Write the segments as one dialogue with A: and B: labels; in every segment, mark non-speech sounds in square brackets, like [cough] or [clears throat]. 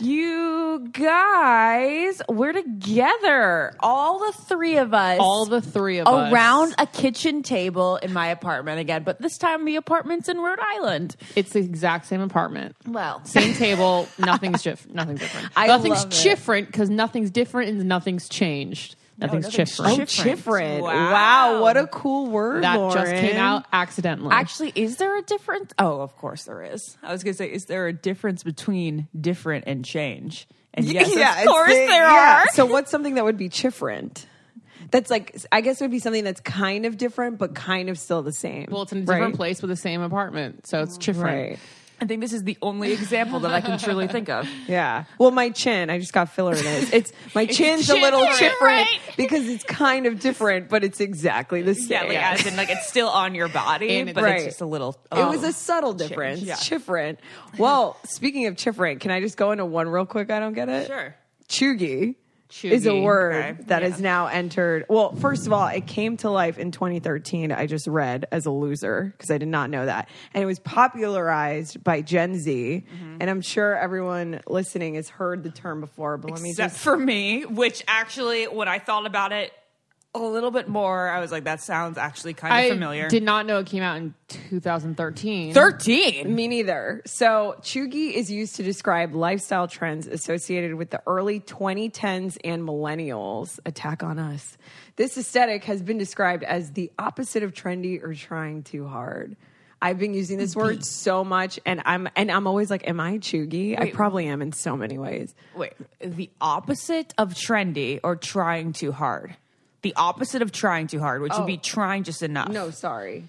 A: You guys, we're together. All the three of us.
B: All the three of us
A: around a kitchen table in my apartment again, but this time the apartment's in Rhode Island.
B: It's the exact same apartment.
A: Well,
B: Same table, [laughs] nothing's dif- nothing's different.
A: I
B: nothing's
A: love it.
B: different because nothing's different and nothing's changed. Nothing's different.
A: Different.
C: Wow. what a cool word,
B: that
C: Lauren.
B: just came
C: [laughs]
B: out accidentally.
A: Actually, is there a difference?
C: Oh, of course there is. I was going to say, is there a difference between different and change?
A: [laughs]
C: And yes,
A: yeah,
C: of
A: it's
C: course
A: the-
C: there
A: yeah.
C: are.
A: are.
C: So
A: So
C: so
A: So
C: what's
A: what's
C: something that would be different? That's like, I guess it would be something that's kind of different, but kind of still the same.
B: well, it's in a different place with the same apartment, so it's different.
C: Right.
A: I think this is the only example that I can truly think of.
C: [laughs] Yeah. Well, my chin, I just got filler in it. It's my chin's a little different because it's kind of different, but it's exactly the
A: [laughs]
C: same.
A: Yeah, like as in like it's still on your body,
B: And
A: but
C: right.
A: it's just a little. oh.
C: It was a subtle difference.
A: yeah.
C: Different. Well, speaking of different, can I just go into one real quick? I don't get it.
A: Sure.
C: Chugi, is a
B: Chugi.
C: word that has now entered. Well, first of all, it came to life in 2013. I just read as a loser because I did not know that. And it was popularized by Gen Z.
A: Mm-hmm.
C: And I'm sure everyone listening has heard the term before, but let me
A: except
C: just.
A: for me, which actually, when I thought about it a little bit more, I was like, that sounds actually kind of
B: I
A: familiar.
B: did not know it came out in 2013.
A: 13.
C: Me neither. So, chuggy is used to describe lifestyle trends associated with the early 2010s and millennials. Attack on us. This aesthetic has been described as the opposite of trendy or trying too hard. I've been using this word so much, and I'm and I'm always like, "Am I chuggy?" I probably am in so many ways.
A: Wait, the opposite of trendy or trying too hard? The opposite of trying too hard, which would be trying just enough.
C: Oh. No, sorry.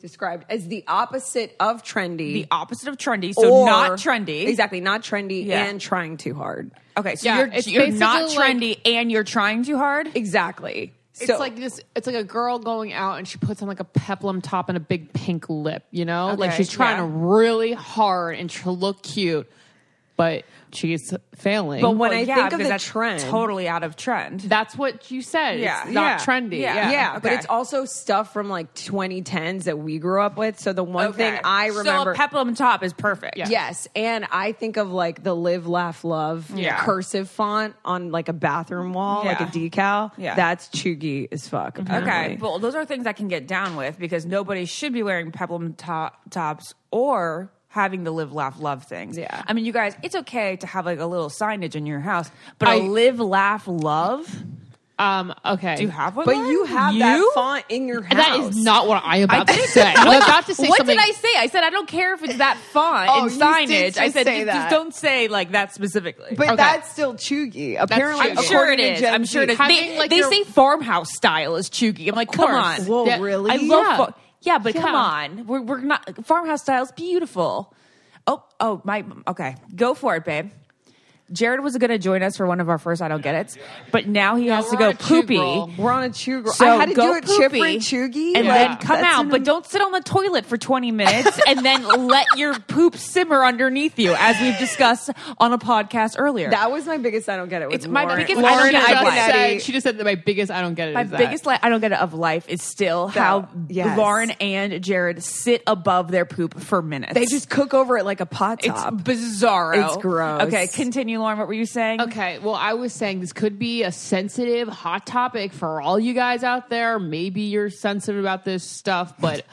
C: Described as the opposite of trendy.
A: The opposite of trendy, so
C: or-
A: not trendy.
C: Exactly, not trendy
A: Yeah.
C: and trying too hard.
A: Okay, so
B: Yeah,
A: you're,
B: it's
A: you're not
B: basically like-
A: trendy and you're trying too hard?
C: Exactly.
B: It's like this. It's like a girl going out and she puts on like a peplum top and a big pink lip. You know, like
A: Okay,
B: she's trying
A: yeah.
B: really hard and to look cute, but she's failing.
C: But when
A: Well,
C: I
A: yeah,
C: think of
A: because
C: the
A: that's
C: trend,
A: totally out of trend.
B: that's what you said.
A: Yeah.
B: it's not
C: Yeah.
B: trendy.
A: Yeah.
B: Yeah,
C: yeah, but
A: okay.
C: it's also stuff from like 2010s that we grew up with. So the one
A: Okay.
C: thing I
A: So
C: remember,
A: a peplum top is perfect. Yeah.
C: yes, and I think of like the live, laugh, love
A: Yeah.
C: cursive font on like a bathroom wall, like
A: Yeah.
C: a decal.
A: Yeah.
C: that's chuggy as fuck.
A: Okay.
C: Apparently.
A: Well, those are things I can get down with because nobody should be wearing peplum top, tops or having the live, laugh, love things.
C: Yeah.
A: I mean, you guys, it's okay to have like a little signage in your house, but a
B: I-
A: live, laugh, love.
B: Um. Okay.
A: Do you have one?
C: but
A: Lauren?
C: you have that font in your house.
B: That is not what I am about to say. I'm about to say
A: [laughs] what
B: something.
A: did I say? I said I don't care if it's that font
C: Oh,
A: and
C: you did
A: signage. I
C: just
A: said
C: say
A: just,
C: that.
A: just don't say like that specifically.
C: But that's still chuggy. Apparently,
B: chuggy.
A: I'm sure
C: according
A: it
C: to
A: is.
C: Gen
A: I'm sure it
C: Z.
A: is.
B: Having,
A: They,
B: like,
A: they
B: your-
A: say farmhouse style is chuggy. I'm like, come
B: course.
A: on.
C: Whoa,
B: That-
C: really?
A: I love.
B: Yeah.
A: Far- yeah, but come
B: Yeah.
A: on, we're we're not farmhouse style's beautiful. Oh, oh my. Okay, go for it, babe. Jared was going to join us for one of our first I don't get it, but now he has to
B: we're
A: go
B: on a tube
A: poopy.
B: roll.
C: We're on a chuggy.
A: So
C: I had to
A: go
C: do it
A: poopy
C: different chuggy,
A: and
C: like,
A: then come
C: that's
A: out,
C: an-
A: but don't sit on the toilet for 20
C: [laughs]
A: minutes and then let your poop simmer underneath you, as we've discussed on a podcast earlier.
C: That was my biggest. I don't get it. with
A: It's my
C: Lauren-
A: biggest I don't
C: Lauren
A: get it
B: She just
A: Identity.
B: said- She just said that my biggest. I don't get it.
A: My
B: is that.
A: biggest li- I don't get it of life is still how
C: yes.
A: Lauren and Jared sit above their poop for minutes.
C: They just cook over it like a pot
A: it's
C: top.
A: bizarro.
C: It's gross.
A: Okay, continue, Lauren, what were you saying?
B: Okay, well, I was saying this could be a sensitive, hot topic for all you guys out there. Maybe you're sensitive about this stuff, but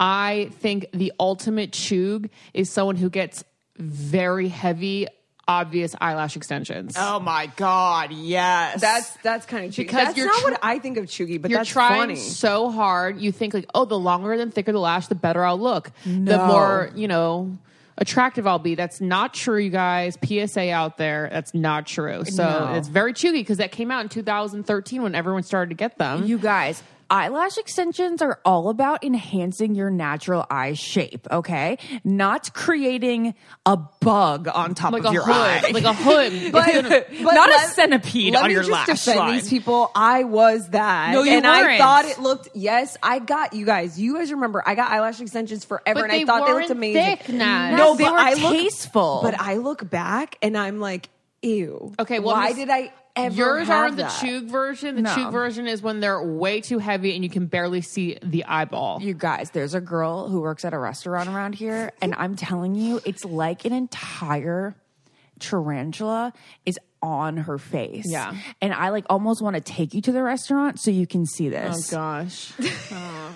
B: I think the ultimate chug is someone who gets very heavy, obvious eyelash extensions.
D: Oh my God, yes.
C: That's that's kind of cheeky.
B: Because
C: that's
B: you're
C: not
B: tr-
C: what I think of chuggy, but
B: You're
C: that's
B: trying
C: funny. [laughs]
B: so hard. You think like, oh, the longer and thicker the lash, the better I'll look. The more you know, attractive I'll be. That's not true, you guys. PSA out there, that's not true. So it's very chewy because that came out in 2013 when everyone started to get them.
A: You guys, eyelash extensions are all about enhancing your natural eye shape, okay? Not creating a bug on top
B: [laughs] like
A: of
B: a
A: your
B: hood,
A: eye.
B: like a hood.
A: Not a
C: let-
A: centipede
C: let
A: on
C: me
A: your
C: just
A: lash
C: defend
A: line.
C: these people. I was that.
A: No, you
C: and I
A: weren't.
C: thought it looked. Yes, I got you guys. You guys remember? I got eyelash extensions forever,
B: But
C: and
B: they
C: I thought they
B: weren't
C: looked amazing.
B: thick, Nat.
A: No,
C: but
A: they were
C: I look-
A: tasteful.
C: But I look back and I'm like, ew.
B: Okay, well,
C: why
B: this-
C: did I ever?
B: Yours
C: have
B: aren't the
C: that?
B: chug version. The
A: No.
B: chug version is when they're way too heavy and you can barely see the eyeball.
A: You guys, there's a girl who works at a restaurant around here, and I'm telling you, it's like an entire tarantula is on her face.
B: Yeah.
A: And I like almost want to take you to the restaurant so you can see
B: oh
A: this.
B: gosh.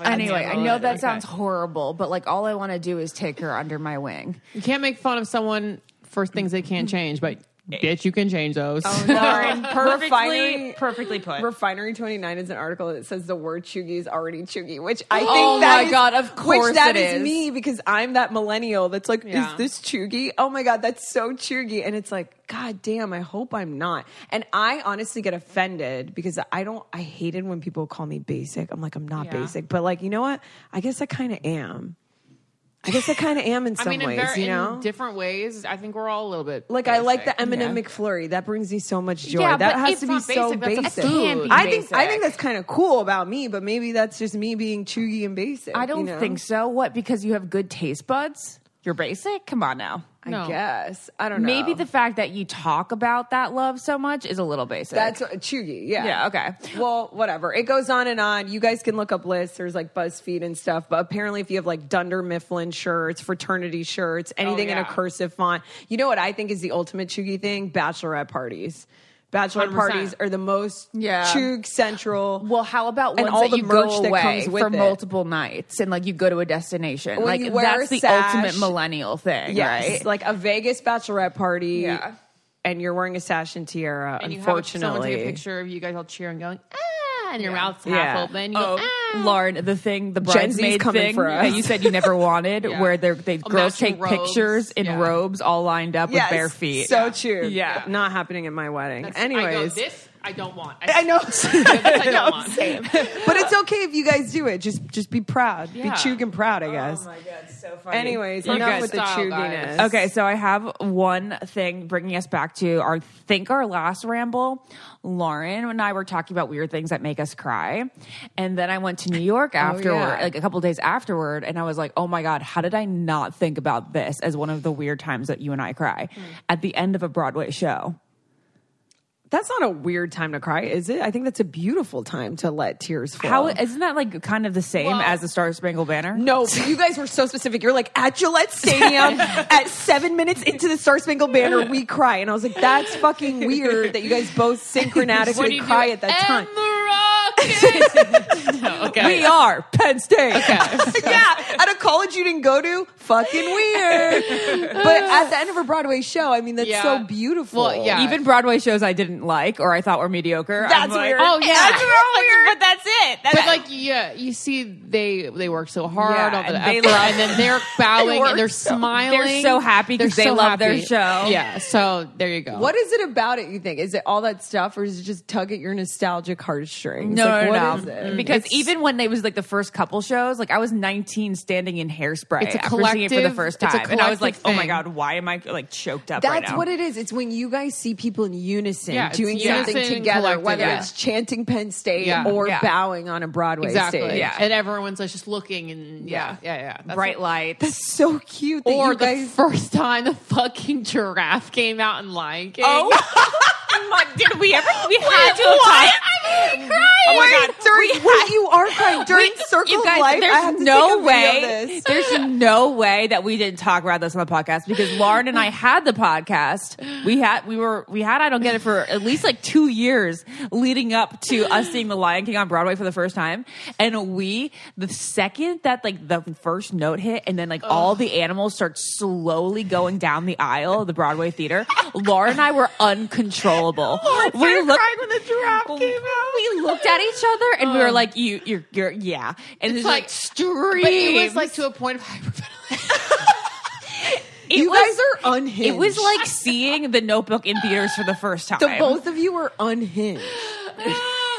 A: Anyway, I know that
B: Okay.
A: sounds horrible, but like all I want to do is take her under my wing.
B: You can't make fun of someone for things they can't change, but bitch, you can change those.
C: Oh, Lauren,
D: perfectly, perfectly put.
C: Refinery 29 is an article that says the word chuggy is already chuggy, which I think
A: Oh
C: that
A: my
C: is-
A: God, of course
C: which that
A: it
C: is
A: is.
C: me because I'm that millennial that's like,
B: Yeah.
C: is this chuggy? Oh my God, that's so chuggy. And it's like, God damn, I hope I'm not. And I honestly get offended because I don't, I hated when people call me basic. I'm like, I'm not basic, but like, you know what? I guess I kind of am. I guess I kind of am in
B: I
C: some
B: mean, in,
C: ways,
B: very,
C: you know?
B: in different ways, I think we're all a little bit.
C: Like I like the Eminem McFlurry. That brings me so much joy.
B: Yeah,
C: that
B: but
C: has
B: it's
C: to be
B: not
C: so
B: basic. That's a
C: basic.
B: food.
C: I think I
B: Basic.
C: think that's kind of cool about me, but maybe that's just me being chuggy and basic.
A: I don't
C: you know?
A: think so. What? Because you have good taste buds? You're basic? Come on now.
C: I guess I don't know.
A: Maybe the fact that you talk about that love so much is a little basic.
C: that's what- chuggy. Yeah.
A: Yeah, okay.
C: Well, whatever. It goes on and on. You guys can look up lists. There's like BuzzFeed and stuff. But apparently, if you have like Dunder Mifflin shirts, fraternity shirts,
A: Oh,
C: anything in
B: yeah.
C: a cursive font, you know what I think is the ultimate chuggy thing? Bachelorette parties. Bachelorette
B: 100%.
C: parties are the most
A: Yeah.
C: chug central.
A: Well, how about
C: And
A: ones
C: all
A: that
C: the
A: you
C: merch
A: go
C: that
A: away
C: comes with
A: for
C: it.
A: multiple nights and like you go to a destination?
C: Well,
A: like
C: you wear
A: that's
C: a
A: the
C: sash.
A: ultimate millennial thing,
C: Yes,
A: right?
C: like a Vegas bachelorette party.
A: Yeah.
C: And you're wearing a sash and tiara.
B: And you have someone
C: unfortunately,
B: take a picture of you guys all cheering, going ah, and your mouth's half
C: Yeah.
B: open. You go,
A: Oh,
B: ah.
A: Lauren, the thing, the
C: Gen Z's
A: bridesmaid
C: coming
A: thing
C: for us.
A: that you said you
C: [laughs]
A: never wanted, where they're, they
B: Oh,
A: girls
B: matching
A: take
B: robes.
A: pictures in
B: Yeah.
A: robes all lined up
C: Yes,
A: with bare feet.
C: So true.
A: Yeah.
C: Not happening at my wedding.
B: That's- I go,
C: Anyways,
B: this [laughs] I don't want.
C: I [laughs] know.
B: this I don't want.
C: but it's okay if you guys do it. Just just be proud. Be
B: Yeah.
C: chuging proud, I guess.
D: God, so funny.
C: Anyways,
B: You
C: enough
B: guys
C: with the
B: style,
C: chuginess.
B: guys.
A: Okay, so I have one thing bringing us back to our think our last ramble. Lauren and I were talking about weird things that make us cry, and then I went to New York afterward,
C: Oh, yeah.
A: like a couple days afterward, and I was like, "Oh my god, how did I not think about this as one of the weird times that you and I cry
C: Hmm.
A: at the end of a Broadway show?"
C: That's not a weird time to cry, is it? I think that's a beautiful time to let tears flow.
A: How isn't that like kind of the same
B: Well-
A: as the Star Spangled Banner?
C: [laughs] No, but you guys were so specific. You're like at Gillette [laughs] Stadium at seven minutes into the Star Spangled Banner, we cry, and I was like, that's fucking weird that you guys both [laughs]
B: What do you
C: synchronatically
B: do?
C: cry at that
B: And
C: time.
B: the Rockets. no, okay.
A: We are Penn State.
C: [laughs] yeah, at a college you didn't go to,
B: [laughs]
C: fucking weird. But at the end of a Broadway show, I mean, that's
B: Yeah.
C: so beautiful.
B: Well, yeah.
A: Even Broadway shows I didn't like or I thought were mediocre. I'm
C: That's
A: like,
C: weird.
B: Oh yeah,
A: [laughs]
C: That's real weird.
A: But that's it. That's
B: But like, yeah, you see, they they work so hard
A: Yeah,
B: on the
A: and
B: effort,
A: they love-
B: and then they're bowing
A: work
B: and they're
A: so-
B: smiling.
A: they're so happy 'cause
B: They're
A: they
B: so
A: love their
B: happy.
A: show.
B: Yeah. So there you go.
C: What is it about it you think? Is it all that stuff or is it just tug at your nostalgic heartstrings?
A: No,
C: like,
A: no,
C: what
A: no.
C: is it?
B: Mm-hmm.
A: Because even when they was like the first couple shows, like I was 19 standing in hairspray
B: It's a
A: after seeing it for the
B: collective-
A: first
B: it's a
A: time. And I was like,
B: collective
A: oh my
B: thing.
A: God, why am I like choked up right
C: That's
A: now?
C: what it is. It's when you guys see people in unison
B: Yeah, it's
C: doing
B: unison
C: something
B: and
C: together,
B: collective,
C: whether
B: yeah.
C: it's chanting Penn State
B: Yeah.
C: or
A: Yeah.
C: bowing on a Broadway
B: exactly?
C: stage.
A: Yeah.
B: And everyone's like just looking and yeah, yeah, yeah. That's
A: Bright
B: what-
A: lights.
C: So cute that
B: Or
C: you guys
B: the first time the fucking giraffe came
A: [laughs]
B: out in Lion King.
A: Oh. Did we ever? We had to have talked- Oh my god.
C: During, wait, you are
A: [laughs]
C: crying. During
A: We-
C: Circle
A: you
C: of
A: guys,
C: Life,
A: there's
C: I have to
A: no
C: take a video
A: way.
C: of this.
A: There's no way that we didn't talk about this on the podcast because Lauren and I had the podcast. We had we were we had I don't get it for at least like two years leading up to us seeing The Lion King on Broadway for the first time, and we the second that like the first note hit and then like all the animals start slowly going down the aisle of the Broadway theater, Lauren and I were uncontrollable. we looked
D: when the giraffe came out.
A: we looked at each other and we were like, "You, you're, you're, yeah." And it's, like,
B: like-
A: streams.
B: But it was like to a point of [laughs] hyperventilation.
A: It
C: you
A: was-
C: guys are unhinged.
A: It was like seeing The Notebook in theaters for the first time.
C: the
B: [laughs]
C: both of you were unhinged.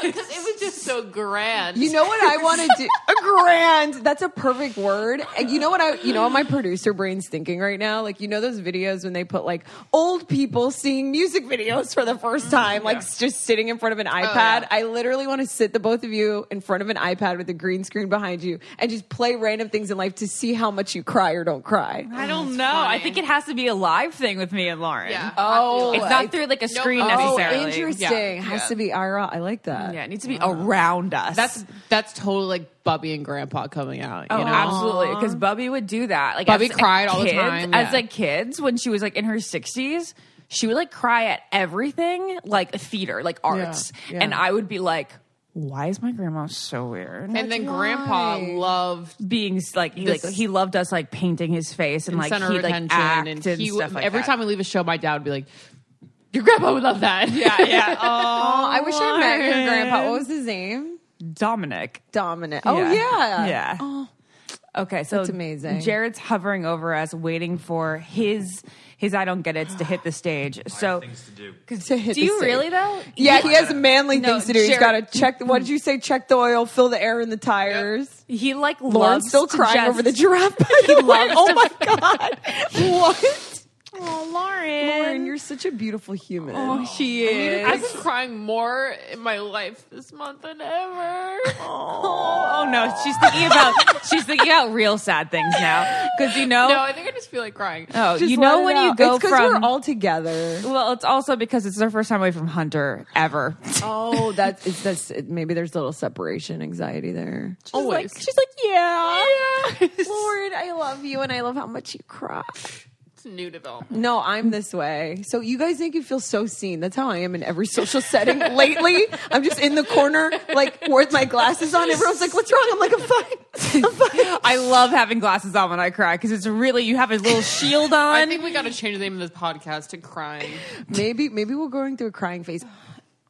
B: Because it was just so grand.
C: You know what I want to
A: [laughs]
C: do? A grand. That's a perfect word. And you know what I? You know what my producer brain's thinking right now? Like you know those videos when they put like old people seeing music videos for the
A: Mm-hmm.
C: first time, like just sitting in front
A: Oh,
C: of an iPad. I literally want to sit the both of you in front of an iPad with a green screen behind you and just play random things in life to see how much you cry or don't cry.
A: I don't know. I think it has to be a live thing with me and Lauren.
B: Yeah.
C: Oh,
A: it's not through like a screen
B: oh,
A: necessarily.
C: Oh, interesting.
B: Yeah.
C: Has
B: Yeah.
C: to be IRL. I like that.
A: Yeah, it needs to be around us.
B: That's that's totally like Bubby and Grandpa coming out. You
A: Oh,
B: know?
A: absolutely. Because Bubby would do that. Like
B: Bubby
A: as, like,
B: cried all the
A: kids-
B: time,
A: As
B: yeah.
A: like kids, when she was like in her sixties, she would like cry at everything, like theater, like arts,
B: yeah.
A: and I would be like. Why is my grandma so weird?
B: And then Grandpa loved
A: being like, he, like
B: This-
A: he loved us like painting his face and, like
B: center
A: he
B: of attention,
A: like act
B: and
A: and,
B: he
A: stuff like
B: every
A: that.
C: [laughs]
B: time we leave a show, my dad would be like, "Your grandpa would love that." [laughs] Yeah,
A: [laughs]
B: yeah.
C: Oh, I wish I met your grandpa. What was his name?
A: Dominic.
C: Dominic. Oh yeah. Oh.
A: yeah. Okay, so
C: That's amazing.
A: Jared's hovering over us, waiting for his his I don't get it to hit the stage. So
C: To hit
A: do
C: the
A: you
C: stage.
A: really though?
C: Yeah, he has manly things to do. He's
A: Jared-
C: got to check. What did you say? Check the oil, fill the air in the tires.
A: He like
C: Lauren's
A: loves
C: still
A: to
C: crying
A: just-
C: over the giraffe.
A: [laughs]
C: By the way.
A: loves
C: oh
A: to-
C: my god! what?
A: Oh, Lauren,
C: Lauren, you're such a beautiful human.
A: oh, she is.
B: I've been crying more in my life this month
A: [laughs]
B: than ever.
A: Oh no, she's thinking about she's thinking about real sad things now because you know.
B: No, I think I just feel like crying.
A: oh,
C: Just
A: you
C: let
A: know
C: it
A: when you
C: out.
A: go
C: it's
A: from
C: we're all together.
A: Well, it's also because it's their first time away from Hunter ever.
C: Oh, that's it's that's it, maybe there's a little separation anxiety there.
B: Always.
C: She's like, yeah,
A: [laughs]
C: Lauren, I love you, and I love how much you cry.
B: it's new development.
C: No, I'm this way. So you guys make you feel so seen. That's how I am in every social setting [laughs] lately. I'm just in the corner, like with my glasses on. Everyone's like, "What's wrong?" I'm like, "I'm fine." I'm fine.
A: I love having glasses on when I cry because it's really you have a little shield
B: I
A: on.
B: think we got to change the name of this podcast to crying.
C: [laughs] Maybe, maybe we're going through a crying phase.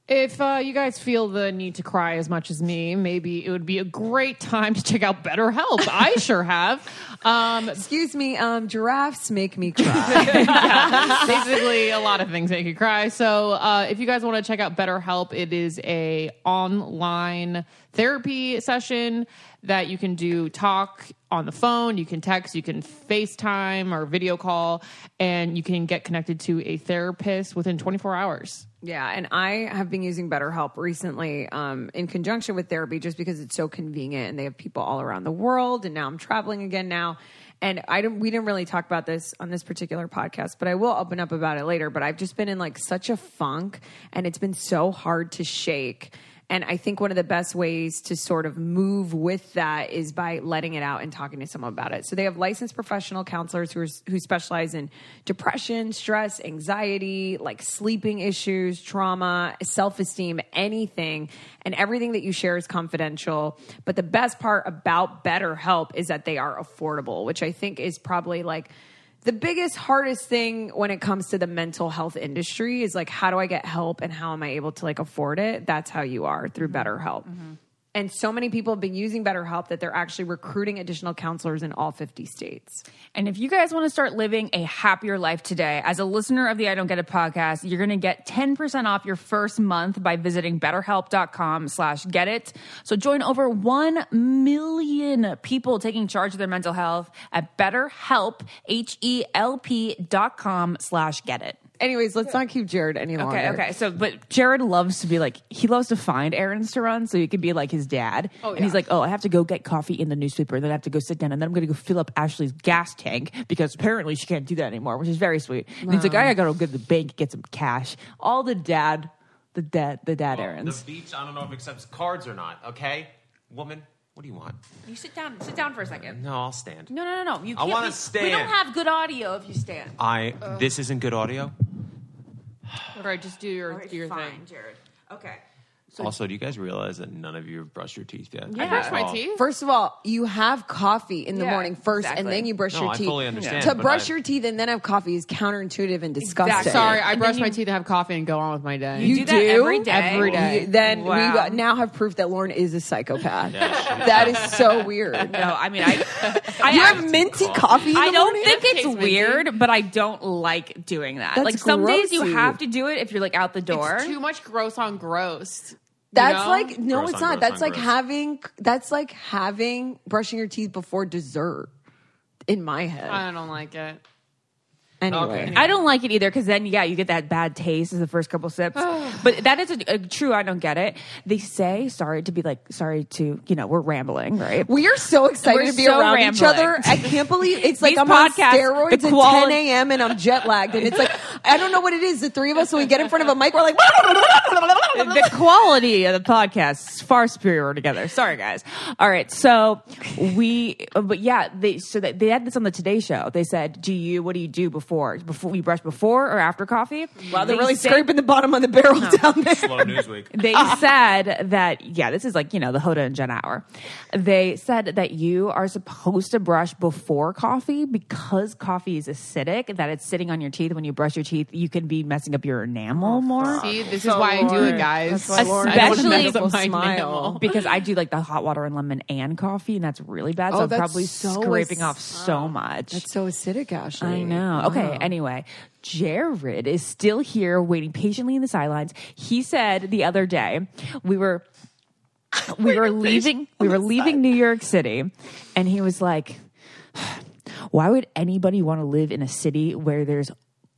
B: If uh, you guys feel the need to cry as much as me, maybe it would be a great time to check out BetterHelp. [laughs] I sure have. [laughs] Um,
C: Excuse me, um, giraffes make me [laughs] cry.
B: [laughs] basically a lot of things make you cry so uh, if you guys want to check out betterhelp it is a online therapy session that you can do talk on the phone you can text you can facetime or video call and you can get connected to a therapist within 24 hours
C: yeah, and I have been using BetterHelp recently um, in conjunction with therapy, just because it's so convenient, and they have people all around the world. And now I'm traveling again now, and I don't. We didn't really talk about this on this particular podcast, but I will open up about it later. But I've just been in like such a funk, and it's been so hard to shake. And I think one of the best ways to sort of move with that is by letting it out and talking to someone about it. So they have licensed professional counselors who, are, who specialize in depression, stress, anxiety, like sleeping issues, trauma, self esteem, anything. And everything that you share is confidential. But the best part about BetterHelp is that they are affordable, which I think is probably like, the biggest hardest thing when it comes to the mental health industry is like how do i get help and how am i able to like afford it that's how you are through
A: Mm-hmm.
C: betterhelp and so many people have been using betterhelp that they're actually recruiting additional counselors in all 50 states
A: And if you guys want to start living a happier life today, as a listener of the I Don't Get It podcast, you're going to get 10% off your first month by visiting betterhelp.com slash get it. So join over 1 million people taking charge of their mental health at betterhelp, H-E-L-P dot com slash get it.
C: anyways let's not keep jared any longer
A: Okay, okay. So, but Jared loves to be like, he loves to find errands to run so he can be like his dad. Oh, And he's like, oh, I have to go get coffee in the newspaper, and then I have to go sit down, and then I'm going to go fill up Ashley's gas tank because apparently she can't do that anymore, which is very sweet. And he's like, I got to go to the bank, get some cash. All the dad The dad, the dad
E: Well,
A: errands.
E: The beach, I don't know if it accepts cards or not, okay? Woman, what do you want?
A: You sit down. Sit down for a second.
E: No, I'll stand.
A: No, no, no, no. You
E: I
A: can't.
E: wanna
A: we- We
E: stand.
A: don't have good audio if you stand.
E: I, this isn't good audio.
B: All right, just do your,
A: All right,
B: do your
A: fine,
B: thing.
A: Jared. Okay.
E: also, do you guys realize that none of you have brushed your teeth yet?
B: I brush my
E: Well,
B: teeth.
C: First of all, you have coffee in the
A: Yeah,
C: morning first, and
A: exactly.
C: then you brush
E: No,
C: your
E: I
C: teeth.
E: fully understand,
C: To
E: but
C: brush
E: I-
C: your teeth and then have coffee is counterintuitive and disgusting.
A: Exactly.
B: Sorry,
A: And
B: I
A: then
B: brush my
A: you-
B: teeth and have coffee and go on with my day.
A: You do that every day?
B: Every day.
C: You- then
A: Wow.
C: we uh, now have proof that Lauren is a psychopath. that is so weird.
A: No, I mean I.
B: [laughs]
A: I
C: you have minty coffee. In
A: I
C: the
A: don't
C: morning?
A: think it's
B: Tastes minty.
A: weird, but I don't like doing that.
C: That's
A: like some days you
C: grossy.
A: have to do it if you're like out the door.
B: It's too much gross on gross.
C: That's
B: You know?
C: like no,
E: Gross
C: it's
E: on
C: not.
E: gross
C: That's
E: on
C: like
E: gross.
C: having. That's like having brushing your teeth before dessert. In my head,
A: Uh,
B: I don't like it.
C: anyway.
A: I don't like it either because then, yeah, you get that bad taste as the first couple
B: [sighs]
A: sips. but that is a, a true. I don't get it. They say sorry to be like sorry to you know we're rambling right.
C: We are so excited
A: We're
C: to be
A: so
C: around each other.
A: rambling.
C: I can't believe
A: [laughs]
C: it's like
A: These
C: I'm
A: podcasts,
C: on
A: the
C: steroids at
A: quali-
C: 10 a.m. and I'm jet lagged, and it's like I don't know what it is. The three of us, when we get in front of a mic, we're like, [laughs]
A: the quality of the podcast is far superior together. Sorry, guys. All right, so we, uh, but yeah, they so that they had this on the Today Show. They said, "Do you? What do you do before? Before you brush before or after coffee?" Well,
C: they're really scraping the bottom of the barrel down
B: [laughs]
C: there.
E: Slow Newsweek.
A: they said that yeah, this is like you know the Hoda and Jen hour. They said that you are supposed to brush before coffee because coffee is acidic. That it's sitting on your teeth. When you brush your teeth, you could be messing up your enamel more.
B: See, this is why I do it, guys.
C: That's why Lauren
A: has a
B: Especially
A: beautiful
C: smile.
A: [laughs] because I do like the hot water and lemon and coffee, and that's really bad. So
C: Oh,
A: I'm
C: that's
A: probably
C: so
A: scraping
C: ac-
A: off so much.
C: It's so acidic, Ashley.
A: I know. Okay. Anyway, Jared is still here, waiting patiently in the sidelines. He said the other day we were
C: [laughs]
A: we were leaving we were leaving New York City, and he was like, [sighs] "Why would anybody want to live in a city where there's?"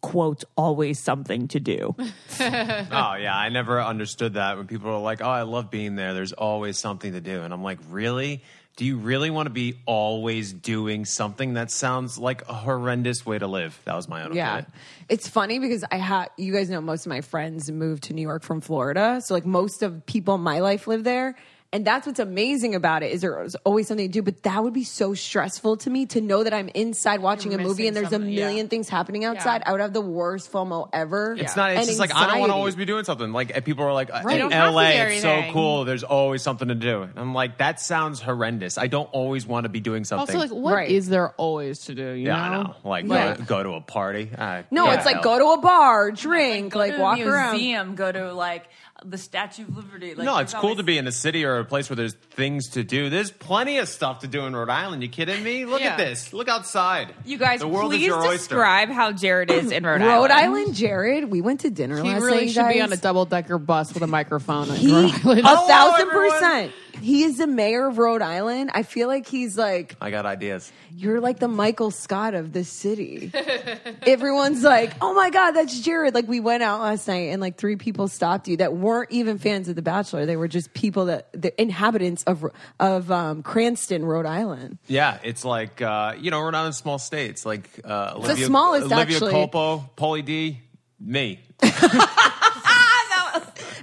A: quote always something to do
E: Oh, yeah. I never understood that when people are like, oh, I love being there. There's always something to do. And I'm like, really? Do you really want to be always doing something? That sounds like a horrendous way to live. That was my own
C: Yeah.
E: opinion.
C: It's funny because I have, you guys know, most of my friends moved to New York from Florida. So, like, most of people in my life live there. And that's what's amazing about it is there's always something to do. But that would be so stressful to me to know that I'm inside watching a movie
B: missing
C: and there's a
B: something, yeah.
C: million things happening outside. I would have the worst FOMO ever.
E: It's not. It's
C: And
E: just like I don't want to
C: anxiety.
E: always be doing something. Like and people are like, uh,
B: Right. You
E: in
B: don't have to
E: LA,
B: do
E: it's so
B: everything.
E: cool. There's always something to do. And I'm like, that sounds horrendous. I don't always want to be doing something.
B: Also, like, what is
C: Right.
B: there always to do? You
E: yeah,
B: know?
E: I know. Like
C: Yeah.
E: go, go to a party. Uh,
C: No, it's like go to a bar, drink, like, [laughs] walk around.
A: go to like the statue of liberty
E: no, it's cool to be in a city or a place where there's things to do. There's plenty of stuff to do in Rhode Island. You kidding me? Look
B: Yeah.
E: at this. Look outside.
A: you guys
E: the world is
A: please
E: your oyster.
A: describe how jared is in rhode,
C: Rhode Island, Jared, we went to dinner
B: He
C: last
B: really
C: night.
B: should be
C: guys.
B: on a double decker bus with a microphone. in
C: He,
B: Rhode Island.
C: a thousand
E: everyone.
C: percent. He is the mayor of Rhode Island. I feel like he's like
E: I got ideas.
C: you're like the Michael Scott of this [laughs] city. Everyone's like, oh my god, that's Jared. Like we went out last night and like three people stopped you that weren't even fans of The Bachelor. They were just people that the inhabitants of of um, Cranston, Rhode Island.
E: Yeah, it's like uh, you know, Rhode Island's small states. Like uh, it's
C: the
E: Olivia,
C: smallest,
E: Olivia
C: actually.
E: Colpo, Polly D, me.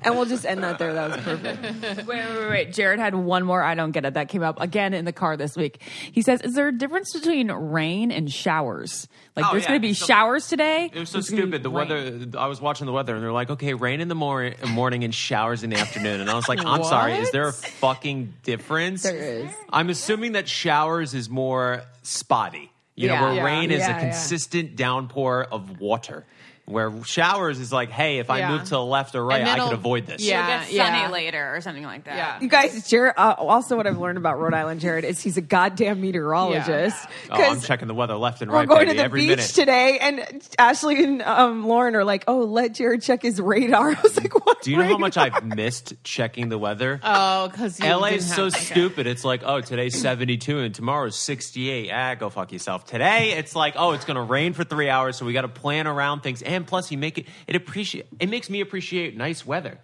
C: And we'll just end that there. That [laughs] was perfect.
A: Wait, wait, wait, wait. Jared had one more. I don't get it. That came up again in the car this week. He says, "Is there a difference between rain and showers? Like,
E: Oh,
A: there's
E: yeah.
A: going to be
E: So-
A: showers today.
E: It was so
A: There's gonna be
E: stupid. The
A: rain."
E: weather. I was watching the weather, and they're like, "Okay, rain in the mor- morning and showers in the afternoon." And I was like,
C: [laughs]
E: "I'm sorry, is there a fucking difference?"
C: There is.
E: I'm assuming that showers is more spotty. You
C: Yeah.
E: know, where
C: Yeah.
E: rain is
C: Yeah,
E: a
C: yeah.
E: consistent downpour of water. Where showers is like, hey, if
B: Yeah.
E: I move to the left or right,
B: And
E: I
B: then
E: could
B: it'll-
E: avoid this.
B: Yeah,
A: It'll get
B: yeah.
A: sunny later or something like that.
B: Yeah.
C: You guys, Jared. Uh, also, what I've learned about Rhode Island Jared is he's a goddamn meteorologist.
E: Oh, I'm
C: 'Cause
E: checking the weather left and
C: We're
E: right.
C: going
E: baby,
C: to the
E: every
C: beach
E: minute.
C: today, and Ashley and um, Lauren are like, "Oh, let Jared check his radar." [laughs] I was like, "What?"
E: Do you know
C: [laughs]
E: how
C: radar?"
E: much I've missed checking the weather?
B: Oh, because
E: LA is so stupid. It's like, oh, today's 72 and tomorrow's 68. Ah, go fuck yourself. Today, it's like, oh, it's going to rain for three hours, so we got to plan around things. And plus, you make it, it appreciate, it makes me appreciate nice weather.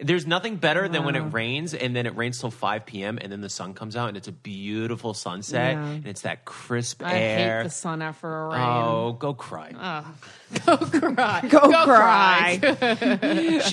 E: There's nothing better than when it rains and then it rains till 5 p.m. and then the sun comes out and it's a beautiful sunset
B: Yeah.
E: and it's that crisp
B: I
E: air.
B: hate the sun after a rain.
E: Oh, go cry.
B: [laughs] Go cry.
C: Go, cry.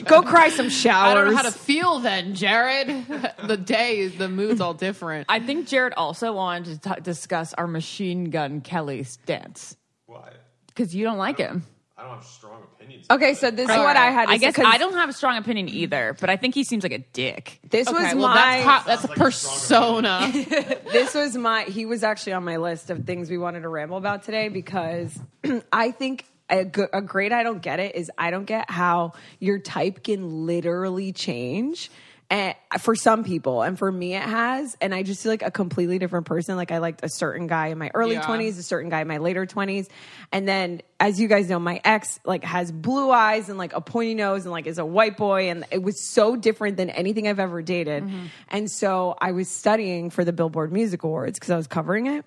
C: [laughs] Go cry some showers.
B: I don't know how to feel then, Jared. [laughs] the day, the mood's all different.
A: I think Jared also wanted to t- discuss our Machine Gun Kelly stance
E: Why?
A: because you don't like him.
E: I don't have strong opinions.
C: Okay, so this is what I had.
A: I
C: is
A: guess
C: because
A: I don't have a strong opinion either, but I think he seems like a dick.
C: This
B: Okay,
C: was
B: well,
C: my.
B: that's, pop, that's a persona.
C: [laughs]
E: [laughs]
C: this was my he was actually on my list of things we wanted to ramble about today because [clears throat] i think a, go- a great i don't get it is i don't get how your type can literally change and for some people and for me it has and i just feel like a completely different person like i liked a certain guy in my early
B: Yeah.
C: 20s a certain guy in my later 20s and then as you guys know my ex like has blue eyes and like a pointy nose and like is a white boy and it was so different than anything i've ever dated and so i was studying for the billboard music awards because i was covering it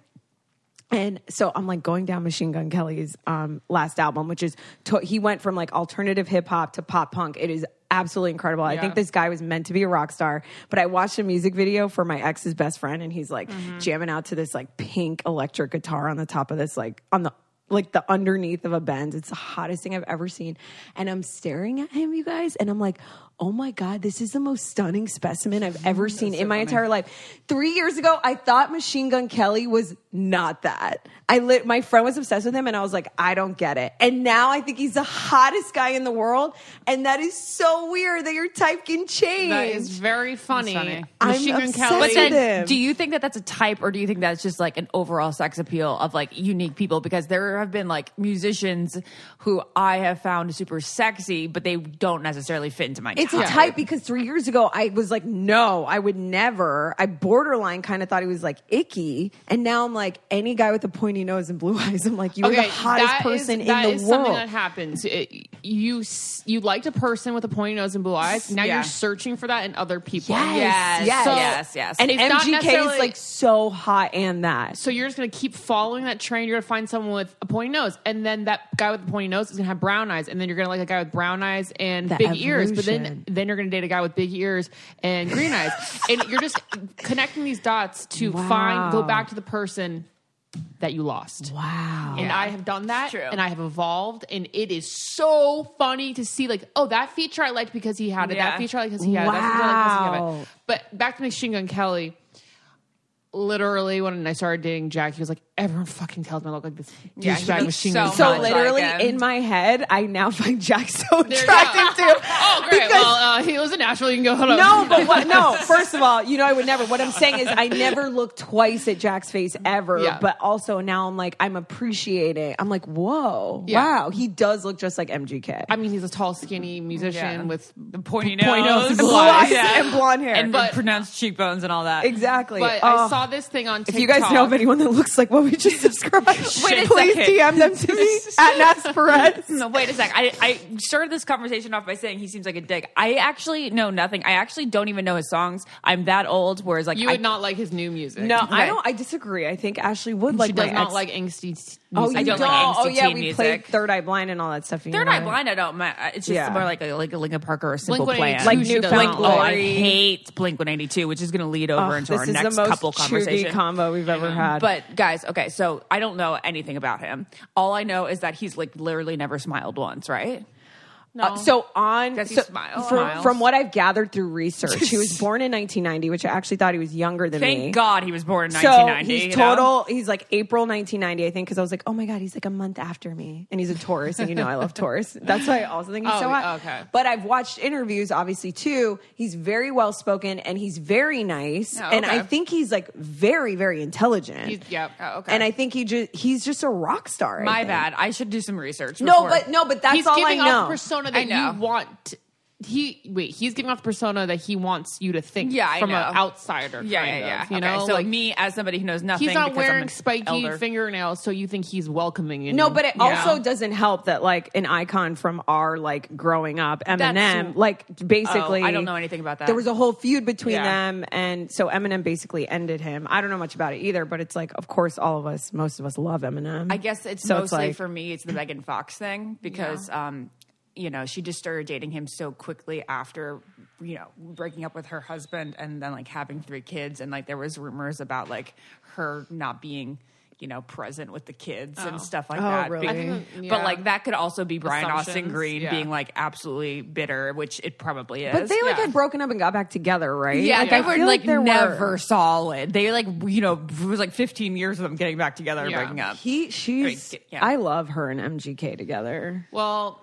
C: and so I'm like going down Machine Gun Kelly's um, last album, which is to- he went from like alternative hip hop to pop punk. It is absolutely incredible. I think this guy was meant to be a rock star, but I watched a music video for my ex's best friend, and he's like jamming out to this like pink electric guitar on the top of this like on the like the underneath of a Benz. It's the hottest thing I've ever seen. And I'm staring at him, you guys, and I'm like, oh my God, this is the most stunning specimen I've ever seen in my entire life. Three years ago, I thought Machine Gun Kelly was not that. I lit my friend was obsessed with him and I was like, I don't get it. And now I think he's the hottest guy in the world. And that is so weird that your type can change.
B: that is very funny.
A: funny.
C: I'm
B: Machine Gun
C: obsessed
B: Kelly.
C: with
A: But then,
C: Sensitive.
A: do you think that that's a type, or do you think that's just like an overall sex appeal of like unique people? Because there have been like musicians who I have found super sexy, but they don't necessarily fit into my.
C: It's
A: type.
C: a type because three years ago I was like, no, I would never. I borderline kind of thought he was like icky, and now I'm like, any guy with a pointy nose and blue [laughs] eyes, I'm like, you are the hottest
B: that is-
C: person in
B: that
C: the
B: is
C: world.
B: Something that happens. It- you s- you liked a person with a pointy nose and blue eyes. Now
A: Yeah.
B: you're searching for that in other people.
A: Yes, yes,
B: So-
A: yes, yes.
B: And it's not
C: MGK
B: necessarily
C: is like so hot and that.
B: So you're just gonna keep following that train. You're gonna find someone with a pointy nose, and then that guy with the pointy nose is gonna have brown eyes, and then you're gonna like a guy with brown eyes and
C: The
B: big ears. But then
C: evolution.
B: then you're gonna date a guy with big ears and green eyes, and you're just connecting these dots to find go
C: Wow.
B: back to the person that you lost.
C: Wow.
B: And I have done that,
A: True.
B: and I have evolved, and it is so funny to see like, oh, that feature I liked because he had it.
A: Yeah.
B: That feature I liked because he had it. That feature I liked because he had
C: Wow.
B: it. But back to Machine Gun Kelly literally when I started dating Jack, he was like, everyone fucking tells me I look like this
A: Yeah, he
B: douchebag
A: looks
B: machine.
A: so
B: gun
C: [laughs]
A: much
C: So
B: Kelly."
A: Not
C: literally
A: like him.
C: in my head, I now [laughs] find Jack so
B: There you
C: attractive
B: go.
C: too.
B: [laughs] Oh, great.
C: Because-
B: well, uh, he lives in Nashville. You can go. Hold on.
C: no, but what, no. First of all, you know I would never. What I'm saying is I never look twice at Jack's face ever.
B: Yeah.
C: But also now I'm like I'm appreciating. I'm like whoa,
B: Yeah.
C: wow, he does look just like MGK.
B: I mean, he's a tall, skinny musician
A: Yeah.
B: with
A: The pointy
B: Pointy nose
A: [laughs]
B: and
A: nose,
B: blue
C: Blue eyes
A: Yeah.
C: and blonde hair.
A: and
B: But-
A: pronounced cheekbones and all that.
C: exactly.
B: But I
C: Oh.
B: saw this thing on TikTok.
C: If you guys know of anyone that looks like what we just described,
A: a
C: please
A: second.
C: DM them to me at Nas Perez.
A: No, wait a sec. I, I started this conversation off by saying he seems like a dick. I actually know nothing. I actually don't even know his songs. I'm that old, whereas like
B: you
A: I,
B: would not like his new music.
C: No, I
A: Right.
C: don't. I disagree. I think Ashley would
B: she
C: like.
B: does
C: my
B: not
C: ex.
B: like angsty. Music.
C: Oh, you
A: I don't like angsty
C: oh, yeah,
A: teen
C: we
A: music.
C: played Third Eye Blind and all that stuff. and you
A: Third
C: know
A: Eye
C: it.
A: Blind. I don't. ma- It's just
C: Yeah.
A: more like a, like a Linkin Parker or a Simple
B: Blink-182
A: Plan.
C: Like
B: she
C: New
B: does
C: Found
B: not
A: Blink. Oh, I
C: Glory.
A: hate Blink 182, which is going to lead over
C: Ugh,
A: into our
C: this is
A: next
C: the most
A: couple
C: chuggy
A: conversation.
C: combo we've ever had.
A: But guys, okay, so I don't know anything about him. All I know is that he's like literally never smiled once, right?
C: Uh, so on
A: Does he
C: so
A: smile?
C: From,
A: um, Smiles.
C: from what I've gathered through research, he [laughs] was born in 1990, which I actually thought he was younger than
A: Thank
C: me.
A: God he was born in
C: So
A: 1990.
C: he's
A: you know?
C: total. He's like April 1990, I think, because I was like, oh my god, he's like a month after me, and he's a Taurus, and you know I
A: [laughs]
C: love Taurus. That's why I also think he's so
B: Oh,
C: hot.
B: okay.
C: But I've watched interviews, obviously too. He's very well spoken, and he's very nice,
B: Oh,
C: and
B: okay.
C: I think he's like very, very intelligent.
B: He's- yep. Oh, okay.
C: And I think he just he's just a rock star. I
A: My
C: think.
A: bad. I should do some research.
C: No,
A: before-
C: but no, but that's
B: he's
C: all I
B: giving
C: know.
B: off the persona
A: I
B: that
A: know.
B: you want. He wait, he's giving off the persona that he wants you to think
A: Yeah, I
B: from
A: know.
B: an outsider.
A: Yeah, yeah,
B: kind
A: yeah.
B: of, you
A: okay,
B: know,
A: so
B: like
A: me as somebody who knows nothing.
B: he's not
A: because I'm
B: wearing
A: an
B: spiky
A: elder.
B: fingernails, so you think he's welcoming. And,
C: No, but it
B: you know?
C: also doesn't help that like an icon from our like growing up, Eminem,
A: That's-
C: like basically.
A: Oh, I don't know anything about that.
C: There was a whole feud between
A: Yeah.
C: them, and so Eminem basically ended him. I don't know much about it either, but it's like, of course, all of us, most of us, love Eminem.
A: I guess it's
C: So it's
A: mostly
C: like-
A: for me. It's the Megan Fox thing because, um, you know, she just started dating him so quickly after you know breaking up with her husband and then like having three kids and like there was rumors about like her not being you know present with the kids and stuff like
C: Oh,
A: that
C: really?
A: Be-
C: I think
B: that- yeah.
A: but like that could also be brian austin
B: Assumptions,
A: green
B: yeah.
A: being like absolutely bitter which it probably is
C: But they like
B: Yeah.
C: had broken up and got back together, right?
A: yeah,
C: Like,
A: they
C: I
A: were
C: feel
A: like,
C: there were-
A: never solid. They like you know it was like 15 years of them getting back together and
B: Yeah.
A: breaking up.
C: He, she's.
A: Great, yeah.
C: I love her and MGK together.
B: Well,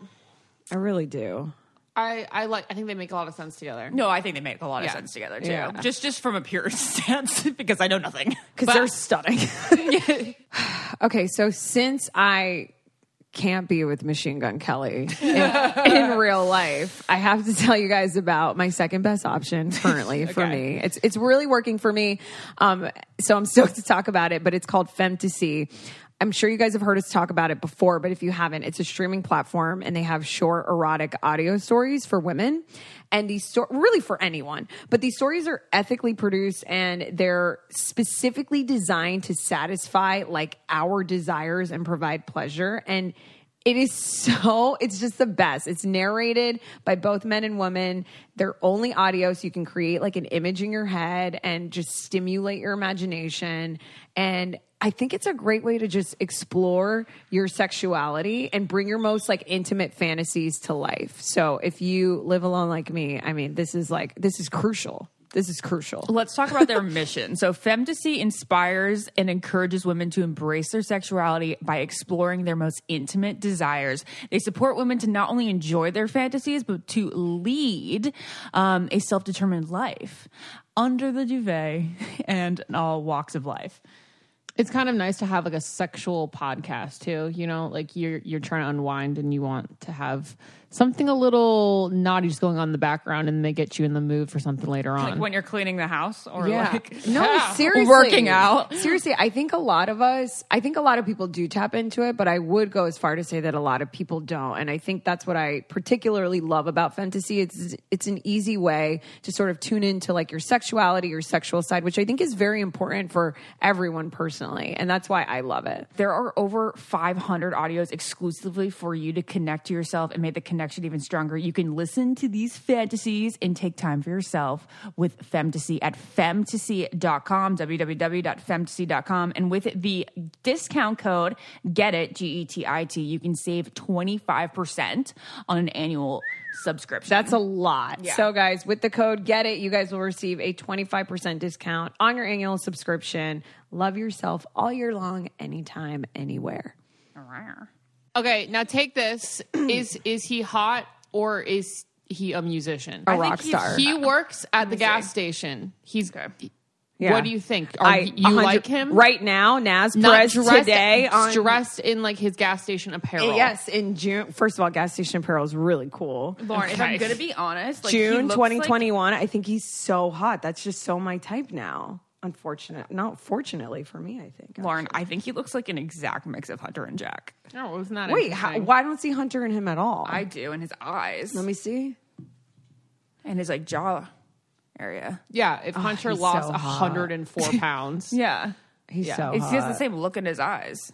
C: I really do.
B: I I like. I think they make a lot of sense together.
A: No, I think they make a lot of
B: Yeah.
A: sense together too.
C: Yeah.
A: Just just from a pure [laughs] sense, because I know [laughs] nothing.
C: because they're
A: [laughs]
C: stunning. [sighs] okay, so since I can't be with Machine Gun Kelly in, in real life, I have to tell you guys about my second best option currently for me. It's it's really working for me, um, so I'm stoked to talk about it. But it's called Fantasy. I'm sure you guys have heard us talk about it before, but if you haven't, it's a streaming platform and they have short erotic audio stories for women and these sto- really for anyone. But these stories are ethically produced and they're specifically designed to satisfy like our desires and provide pleasure and it is so it's just the best it's narrated by both men and women they're only audio so you can create like an image in your head and just stimulate your imagination and i think it's a great way to just explore your sexuality and bring your most like intimate fantasies to life so if you live alone like me i mean this is like this is crucial this is crucial
A: Let's talk about their mission. So, Femtasy inspires and encourages women to embrace their sexuality by exploring their most intimate desires. They support women to not only enjoy their fantasies, but to lead um, a self determined life under the duvet [laughs] and in all walks of life.
B: It's kind of nice to have like a sexual podcast too. You know, like you're you're trying to unwind and you want to have something a little naughty just going on in the background, and they get you in the mood for something later on.
A: Like when you're cleaning the house or like.
C: no
A: [laughs]
C: seriously
A: Working out.
C: seriously i think a lot of us i think a lot of people do tap into it but i would go as far to say that a lot of people don't and i think that's what i particularly love about fantasy it's it's an easy way to sort of tune into like your sexuality your sexual side which i think is very important for everyone personally and that's why i love it
A: There are over 500 audios exclusively for you to connect to yourself and make the connection even stronger. You can listen to these fantasies and take time for yourself with Femtasy at femtasy.com, www.femtasy.com. And with the discount code GET IT, G E T I T, you can save 25% on an annual subscription.
C: That's a lot. So, guys, with the code GET IT, you guys will receive a 25% discount on your annual subscription. Love yourself all year long, anytime, anywhere.
B: okay, now take this: is is he hot or is he a musician?
C: A rock star.
B: He works at the gas station. He's
C: Yeah.
B: What do you think? Are
C: I-
B: you
C: 100
B: like him?
C: Right now, Nas
B: Not
C: Perez
B: dressed,
C: today on.
B: dressed in like his gas station apparel.
C: Yes, in June. First of all, gas station apparel is really cool.
A: Lauren, if
B: Okay.
A: I'm going to be honest, like, he
C: June
A: looks
C: 2021. I think he's so hot. That's just so my type now. Unfortunate, not fortunately for me. I think.
A: Like, Lauren, I think he looks like an exact mix of Hunter and Jack.
B: No, it's not.
C: Wait, how, why don't I see Hunter in him at all?
A: I do, and his eyes.
C: Let me see.
A: and his like jaw area.
B: Yeah, if Hunter
C: he's
B: lost
C: so hot.
B: 104 pounds.
A: Yeah.
C: He's so.
A: It's, he has the
C: hot.
A: same look in his eyes.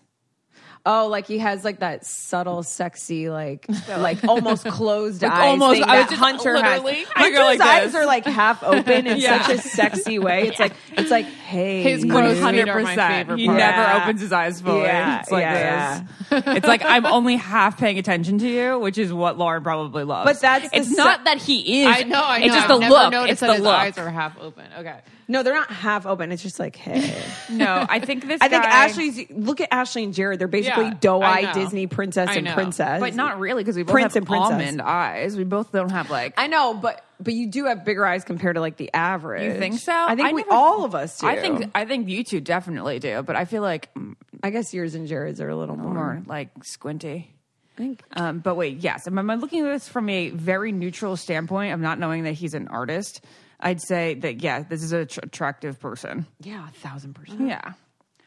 C: Oh, like he has like that subtle,
A: [laughs]
C: sexy, like like almost closed eyes.
A: almost-
C: thing
A: I was
C: that
A: just
C: Hunter has.
A: literally- I
C: Hunter's
A: go like
C: eyes
A: this.
C: are like half open
A: [laughs]
C: in
A: Yeah.
C: such a sexy way. It's like it's like hey,
B: His
C: dude.
B: gross feet are my
A: 100%.
B: favorite
A: He
B: part.
A: never
C: Yeah.
A: opens his eyes fully.
C: Yeah,
A: it's like
C: yeah,
A: this. [laughs] it's like I'm only half paying attention to you, which is what Lauren probably loves.
C: But that's the
A: it's
C: se-
A: not that he is.
B: I know. I know.
A: It's just
B: I've
A: the
B: never
A: look.
B: Noticed
A: It's
B: that
A: the
B: his
A: look.
B: eyes are half open. Okay.
C: No, they're not half open. It's just like hey.
A: no, I think this.
C: [laughs] I think
A: guy-
C: Ashley's. Look at Ashley and Jared. They're basically
B: Yeah, I
C: doe-eyed
B: know.
C: Disney princess
B: I
C: and
B: know.
C: princess,
A: but not really because we both
C: Prince
A: have
C: and princess.
A: almond eyes. We both don't have like.
C: I know, but but you do have bigger eyes compared to like the average.
A: you think so?
C: I think we
A: never-
C: all of us do.
A: I think I think you two definitely do, but I feel like mm,
C: I guess yours and Jared's are a little
A: more
C: more.
A: like squinty.
C: I think
A: Um, but wait, yes, am I looking at this from a very neutral standpoint of not knowing that he's an artist? I'd say that yeah, this is an attractive person.
C: yeah, a thousand percent.
A: Yeah,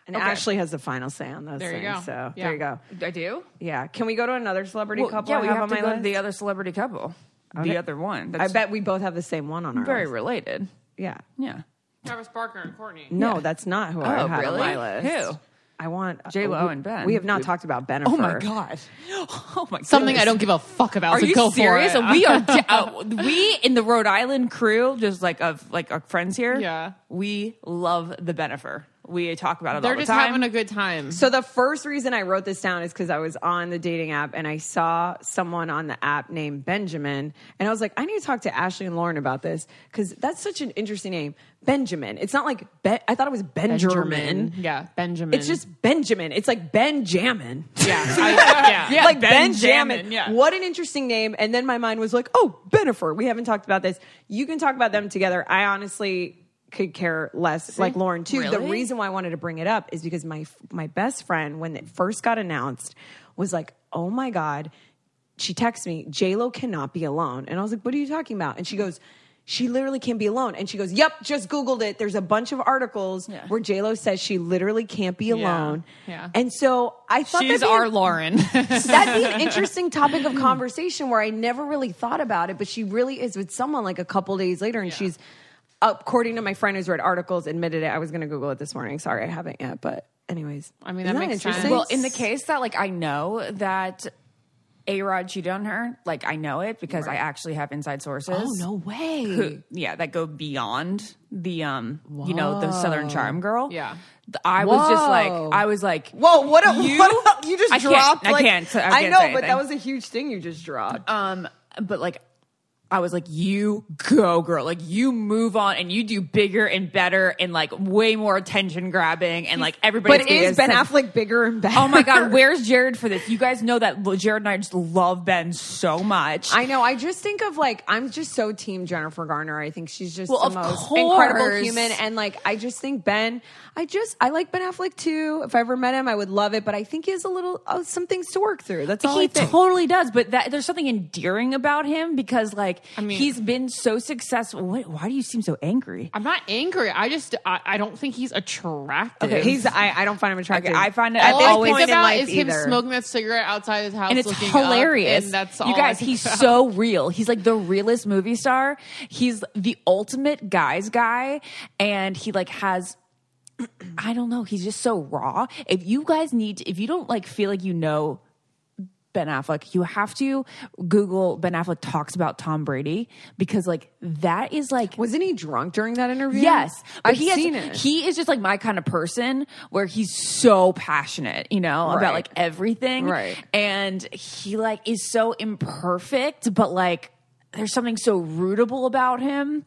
C: And Ashley has the final say on those
B: There you
C: things.
B: go.
C: So
B: Yeah.
C: there you go.
A: I do.
C: Yeah. Can we go to another celebrity couple?
A: yeah,
C: I
A: we
C: have,
A: have,
C: on
A: to
C: my
A: go
C: list?
A: to the other celebrity couple, the other one.
C: I
A: That's
C: bet we both have the same one on our
A: very
C: list.
A: related.
C: Yeah.
A: Yeah.
B: Travis Barker and Courtney.
C: No, that's not who I
A: Oh,
C: had on
A: really?
C: my list.
A: Who?
C: I want uh,
A: J-Lo
C: we-
A: and Ben.
C: We have not talked about Ben.
A: Oh my god! [gasps] Oh my!
B: Something
A: goodness.
B: I don't give a fuck about.
A: Are
B: so
A: you
B: go
A: serious?
B: For it. [laughs]
A: We are de- uh, we in the Rhode Island crew, just like of like our friends here.
B: Yeah.
A: we love the Benifer. We talk about it
B: They're
A: all the
B: just
A: time.
B: having a good time.
C: So the first reason I wrote this down is because I was on the dating app and I saw someone on the app named Benjamin, and I was like, I need to talk to Ashley and Lauren about this because that's such an interesting name, Benjamin. It's not like ben- I thought it was Benjamin.
B: Yeah, Benjamin.
C: It's just Benjamin. It's like Benjamin.
B: yeah, I- yeah.
A: Yeah,
C: like
A: Benjamin,
C: Benjamin.
A: yeah.
C: What an interesting name. And then my mind was like, oh, Benifer. We haven't talked about this. You can talk about them together. I honestly could care less. Like Lauren too. The
A: Really?
C: reason why I wanted to bring it up is because my my best friend, when it first got announced, was like, oh my god. She texts me, J Lo cannot be alone. And I was like, what are you talking about? And she goes. She literally can't be alone. And she goes, Yep, just Googled it. There's a bunch of articles where JLo says she literally can't be alone.
B: Yeah.
C: And so
A: [laughs]
C: I thought
B: She's
C: that'd be-
B: our Lauren.
C: That'd
B: [laughs]
C: be an interesting topic of conversation where I never really thought about it, but she really is with someone like a couple days later, and she's, according to my friend who's read articles, admitted it. I was going to Google it this morning. Sorry, I haven't yet, but anyways.
B: I mean,
C: Isn't
B: that makes sense.
C: interesting?
F: Well, in the case that like I know that A Rod cheated on her, like I know it because I actually have inside sources.
C: oh no
A: [laughs]
C: way.
A: Who- yeah, that go beyond the um, you know, the Southern Charm girl.
B: Yeah.
A: Th- I was just like,
C: Whoa.
A: I was like,
C: Whoa! What a
A: you,
C: what a- you just
A: I can't-
C: dropped!
A: I
C: like-
A: can't. I can't
C: I know,
A: say
C: but
A: anything.
C: that was a huge thing you just dropped.
A: um, but like. I was like, you go, girl. Like, you move on and you do bigger and better and like way more attention grabbing. And like, everybody
C: but is Ben Affleck bigger and better?
A: Oh my
C: [laughs]
A: God, where's Jared for this? You guys know that Jared and I just love Ben so much.
C: [laughs] I know. I just think of like I'm just so team Jennifer Garner. I think she's just
A: Well,
C: the
A: of
C: most
A: course.
C: incredible human. And like I just think Ben, I just I like Ben Affleck too. If I ever met him, I would love it. But I think he has a little uh, some things to work through. That's all
A: he
C: I think.
A: totally does, but that there's something endearing about him because like he's been so successful. What, why do you seem so angry?
B: I'm not angry. I just I, I don't think he's attractive.
C: Okay, he's I, I don't find him attractive.
A: Okay, I find it-
C: at
A: all
C: this
A: I
B: all I
C: point
B: think
C: in
B: about
C: life
B: is him
C: either.
B: smoking that cigarette outside his house,
A: and it's
B: looking up,
A: hilarious.
B: and that's all
A: you
B: [laughs]
A: guys.
B: I think
A: He's
B: about.
A: so real. He's like the realest movie star. He's the ultimate guys guy, and he like has. [clears throat] I don't know. He's just so raw. If you guys need, to, if you don't like feel like you know Ben Affleck, you have to Google Ben Affleck talks about Tom Brady because like that is like
C: Wasn't he drunk during that interview?
A: Yes, but
C: I've
A: he has,
C: seen it.
A: He is just like my kind of person, where he's so passionate, you know, about
C: Right.
A: like everything,
C: Right.
A: And he like is so imperfect, but like there's something so rootable about him.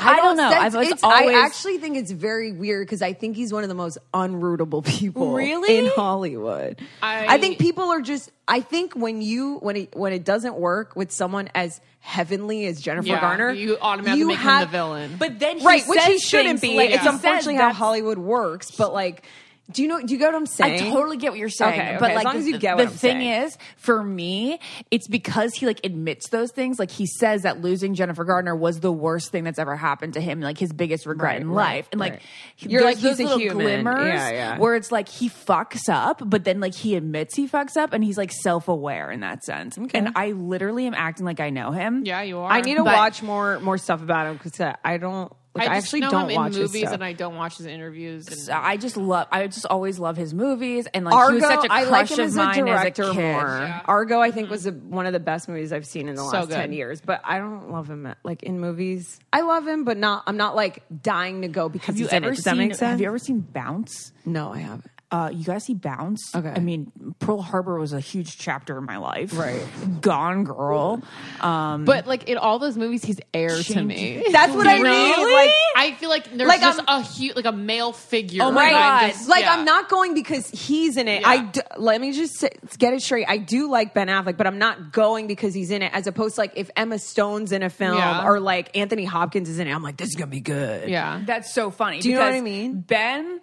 A: I, don't know.
C: that's-
A: I've always,
C: it's-
A: always
C: I actually think it's very weird because I think he's one of the most unrootable people,
A: Really?
C: in Hollywood.
B: I-
C: I, think people are just. I think when you when it when it doesn't work with someone as heavenly as Jennifer
B: Yeah,
C: Garner,
B: you automatically make him the villain.
A: But then he
C: right? Which he
A: says
C: shouldn't
A: things
C: be.
A: like-
C: It's
A: Yeah.
C: unfortunately
A: said
C: how
A: that's-
C: Hollywood works. But like, do you know? Do you get what I'm
A: I
C: saying?
A: totally get what you're saying,
C: Okay,
A: but
C: okay, as
A: like
C: long
A: the,
C: as you get
A: the
C: what I'm
A: thing
C: saying.
A: is, for me, it's because he like admits those things. Like he says that losing Jennifer Gardner was the worst thing that's ever happened to him, like his biggest regret in
C: right,
A: life. And like
C: right.
A: he-
C: You're
A: there's
C: like, he's
A: those
C: a
A: little
C: human.
A: glimmers
C: Yeah, yeah.
A: where it's like he fucks up, but then like he admits he fucks up, and he's like self aware in that sense. And I literally am acting like I know him.
B: yeah, you are.
C: I need to
A: But-
C: watch more more stuff about him because I don't. Like, I,
B: just
C: actually
B: know
C: don't
B: him
C: watch
B: in
C: his
B: movies,
C: stuff.
B: and I don't watch his interviews. And,
A: So I just love. I just always love his movies, and like he was
C: Argo,
A: such a
C: I
A: crush
C: like him
A: of
C: as a
A: mine
C: director
A: as a
C: more.
A: kid.
C: Argo, I think, was a, one of the best movies I've seen in the
B: So
C: last
B: good.
C: ten years. But I don't love him like in movies. I love him, but not. I'm not like dying to go because
A: Have you
C: he's in it.
A: ever
C: Does that
A: seen?
C: make sense?
A: Have you ever seen Bounce?
C: no,
A: [laughs]
C: I haven't.
A: Uh, you guys see Bounce?
C: Okay.
A: I mean, Pearl Harbor was a huge chapter in my life.
C: Right.
A: Gone Girl. Um,
B: but like in all those movies, he's air to
C: [laughs]
B: me.
C: That's what I
B: You know?
C: mean. Like,
B: I feel like there's
C: Like,
B: just
C: I'm-
B: a huge, like a male figure.
A: Oh my
B: that I'm
A: God.
B: just-
C: like
B: yeah.
C: I'm not going because he's in it.
B: Yeah.
C: I d- let me just say, get it straight. I do like Ben Affleck, but I'm not going because he's in it. As opposed, to like if Emma Stone's in a film
B: Yeah.
C: or like Anthony Hopkins is in it, I'm like, this is gonna be good.
B: Yeah.
A: that's so funny.
C: Do you know what
A: because
C: I mean?
A: Ben,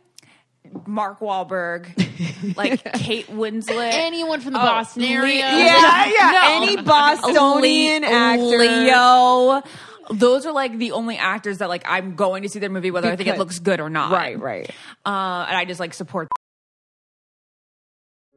A: Mark
C: [laughs]
A: Wahlberg, like Kate Winslet.
B: Anyone from the
A: Oh,
B: Boston
A: Le-
B: area.
C: Yeah, yeah.
A: No.
C: Any Bostonian
A: Le-
C: actor.
A: Leo. Those are like the only actors that like I'm going to see their movie whether I think it
C: Because-
A: looks good or not.
C: Right, right.
A: Uh, and I just like support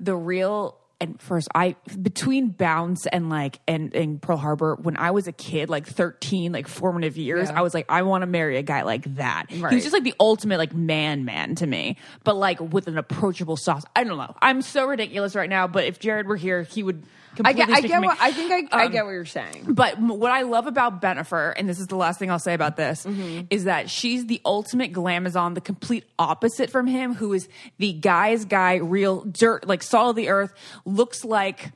A: the real and first I between Bounce and like and, and Pearl Harbor, when I was a kid, like 13, like formative years,
F: Yeah.
A: I was like, I want to marry a guy like that. He
F: Right.
A: was just like the ultimate like man man to me, but like with an approachable sauce. I don't know. I'm so ridiculous right now, but if Jared were here, he would
C: I
A: completely
C: get, I
A: stick to
C: get
A: me.
C: what I think I, I
A: Um,
C: get what you're saying.
A: But m- what I love about Benifer, and this is the last thing I'll say about this, is that she's the ultimate glamazon, the complete opposite from him, who is the guy's guy, real dirt, like salt of the earth, looks like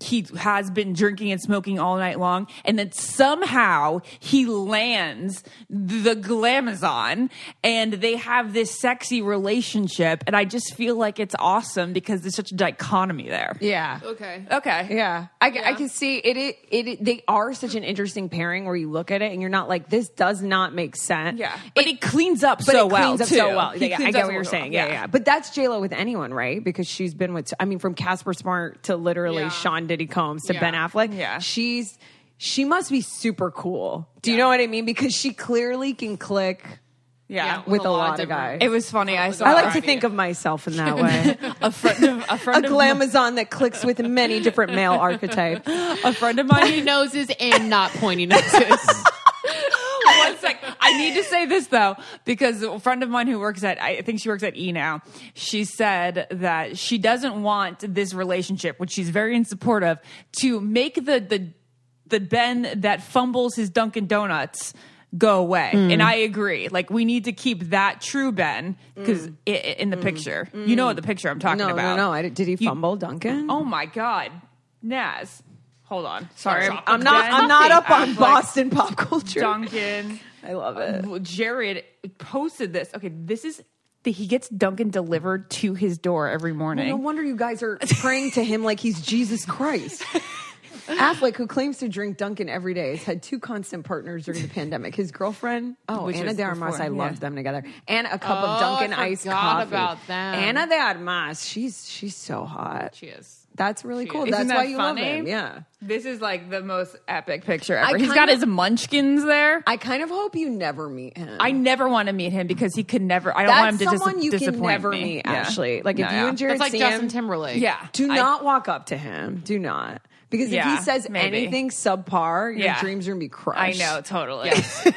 A: he has been drinking and smoking all night long, and then somehow he lands the glamazon, and they have this sexy relationship, and I just feel like it's awesome because there's such a dichotomy there.
C: Yeah.
B: Okay.
A: Okay.
C: Yeah. I, I can see it, it. It they are such an interesting pairing where you look at it and you're not like this does not make sense.
A: Yeah. But it cleans up
C: but
A: so
C: it
A: well,
C: cleans up
A: too.
C: so well.
A: He
C: Yeah, I
A: cleans
C: get
A: up
C: what
A: so
C: you're
A: well.
C: saying. Yeah.
A: Yeah.
C: yeah, But that's J Lo with anyone, right? Because she's been with. I mean, from Casper Smart to literally
A: Yeah.
C: Sean Diddy Combs to
A: Yeah.
C: Ben Affleck.
A: Yeah.
C: She's she must be super cool. Do you know what I mean? Because she clearly can click
A: Yeah,
C: with, a, lot, of guys.
A: It was funny. I saw.
C: I like to think of myself
A: [laughs]
C: in that way.
A: a friend of a
C: a
A: friend of
C: glamazon that clicks with many
A: [laughs]
C: different male archetypes.
A: a friend of mine.
B: Pointy noses and not pointy
C: [laughs]
B: noses.
A: [laughs] One sec. I need to say this though, because a friend of mine who works at, I think she works at E now, she said that she doesn't want this relationship, which she's very in support of, to make the the the Ben that fumbles his Dunkin' Donuts go away.
C: Hmm.
A: And I agree. Like we need to keep that true Ben because in the picture, you know the picture I'm talking
C: Hmm. No, no,
A: about.
C: no. I, did he fumble, Duncan?
A: Oh my God, Naz. Hold on.
C: Sorry, I'm,
A: Stop.
C: I'm not.
A: Ben
C: I'm not up on
A: Affleck,
C: Boston pop culture.
A: Duncan.
C: I love it.
A: Well, Jared posted this. Okay, this is the, he gets Duncan delivered to his door every morning.
C: No wonder you guys are praying to him like he's Jesus
A: [laughs]
C: Christ. Affleck, who claims to drink Duncan every day, has had two constant partners during the pandemic. His girlfriend, oh,
A: Which
C: Anna
A: was
C: de Armas,
A: before,
C: I
A: yeah.
C: loved them together, and a cup
B: Oh, I
C: of Duncan iced
B: forgot
C: coffee.
B: about them.
C: Anna de Armas, she's she's so hot.
B: She is.
C: That's really cool.
A: is.
C: That's
A: Isn't
C: why
A: that
C: you love
A: funny?
C: him. Yeah.
A: this is like the most epic picture ever. He's
C: kinda-
A: got his munchkins there. I,
C: I kind of hope you never meet him.
A: never want to meet him because he could never. I don't
C: That's
A: want him to dis-
C: someone you can
A: disappoint
C: never
A: me.
C: meet,
A: Yeah.
C: Ashley. Like if
A: No,
C: you
A: yeah.
C: and Jared
B: That's like
C: see him-
B: Justin Timberlake.
A: Yeah.
C: Do
A: I-
C: not walk up to him. Do not. Because if
A: Yeah,
C: he says
A: maybe.
C: anything subpar, your
A: Yeah.
C: dreams are going to be
A: I
C: crushed.
A: know totally.
C: Okay,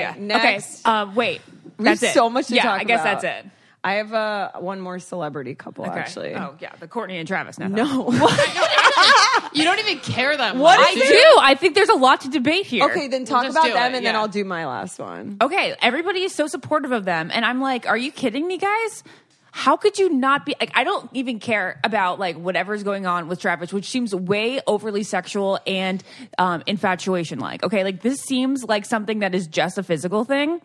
A: Yeah.
C: next.
A: Okay. Um, wait.
C: We have
A: That's it.
C: so much to
A: yeah,
C: talk
A: I guess
C: about.
A: that's it.
C: I have uh, one more celebrity couple,
A: Okay.
C: actually.
A: Oh yeah, the Courtney and Travis. Now
C: No.
B: You don't even care that much.
A: I do. I think there's a lot to debate here.
C: okay, then talk
B: just
C: about
B: do
C: them
B: it,
C: and then
B: yeah.
C: I'll do my last one.
A: okay, everybody is so supportive of them. And I'm like, are you kidding me, guys? How could you not be like I don't even care about like whatever's going on with Travis, which seems way overly sexual and um infatuation like. Okay, like this seems like something that is just a physical thing.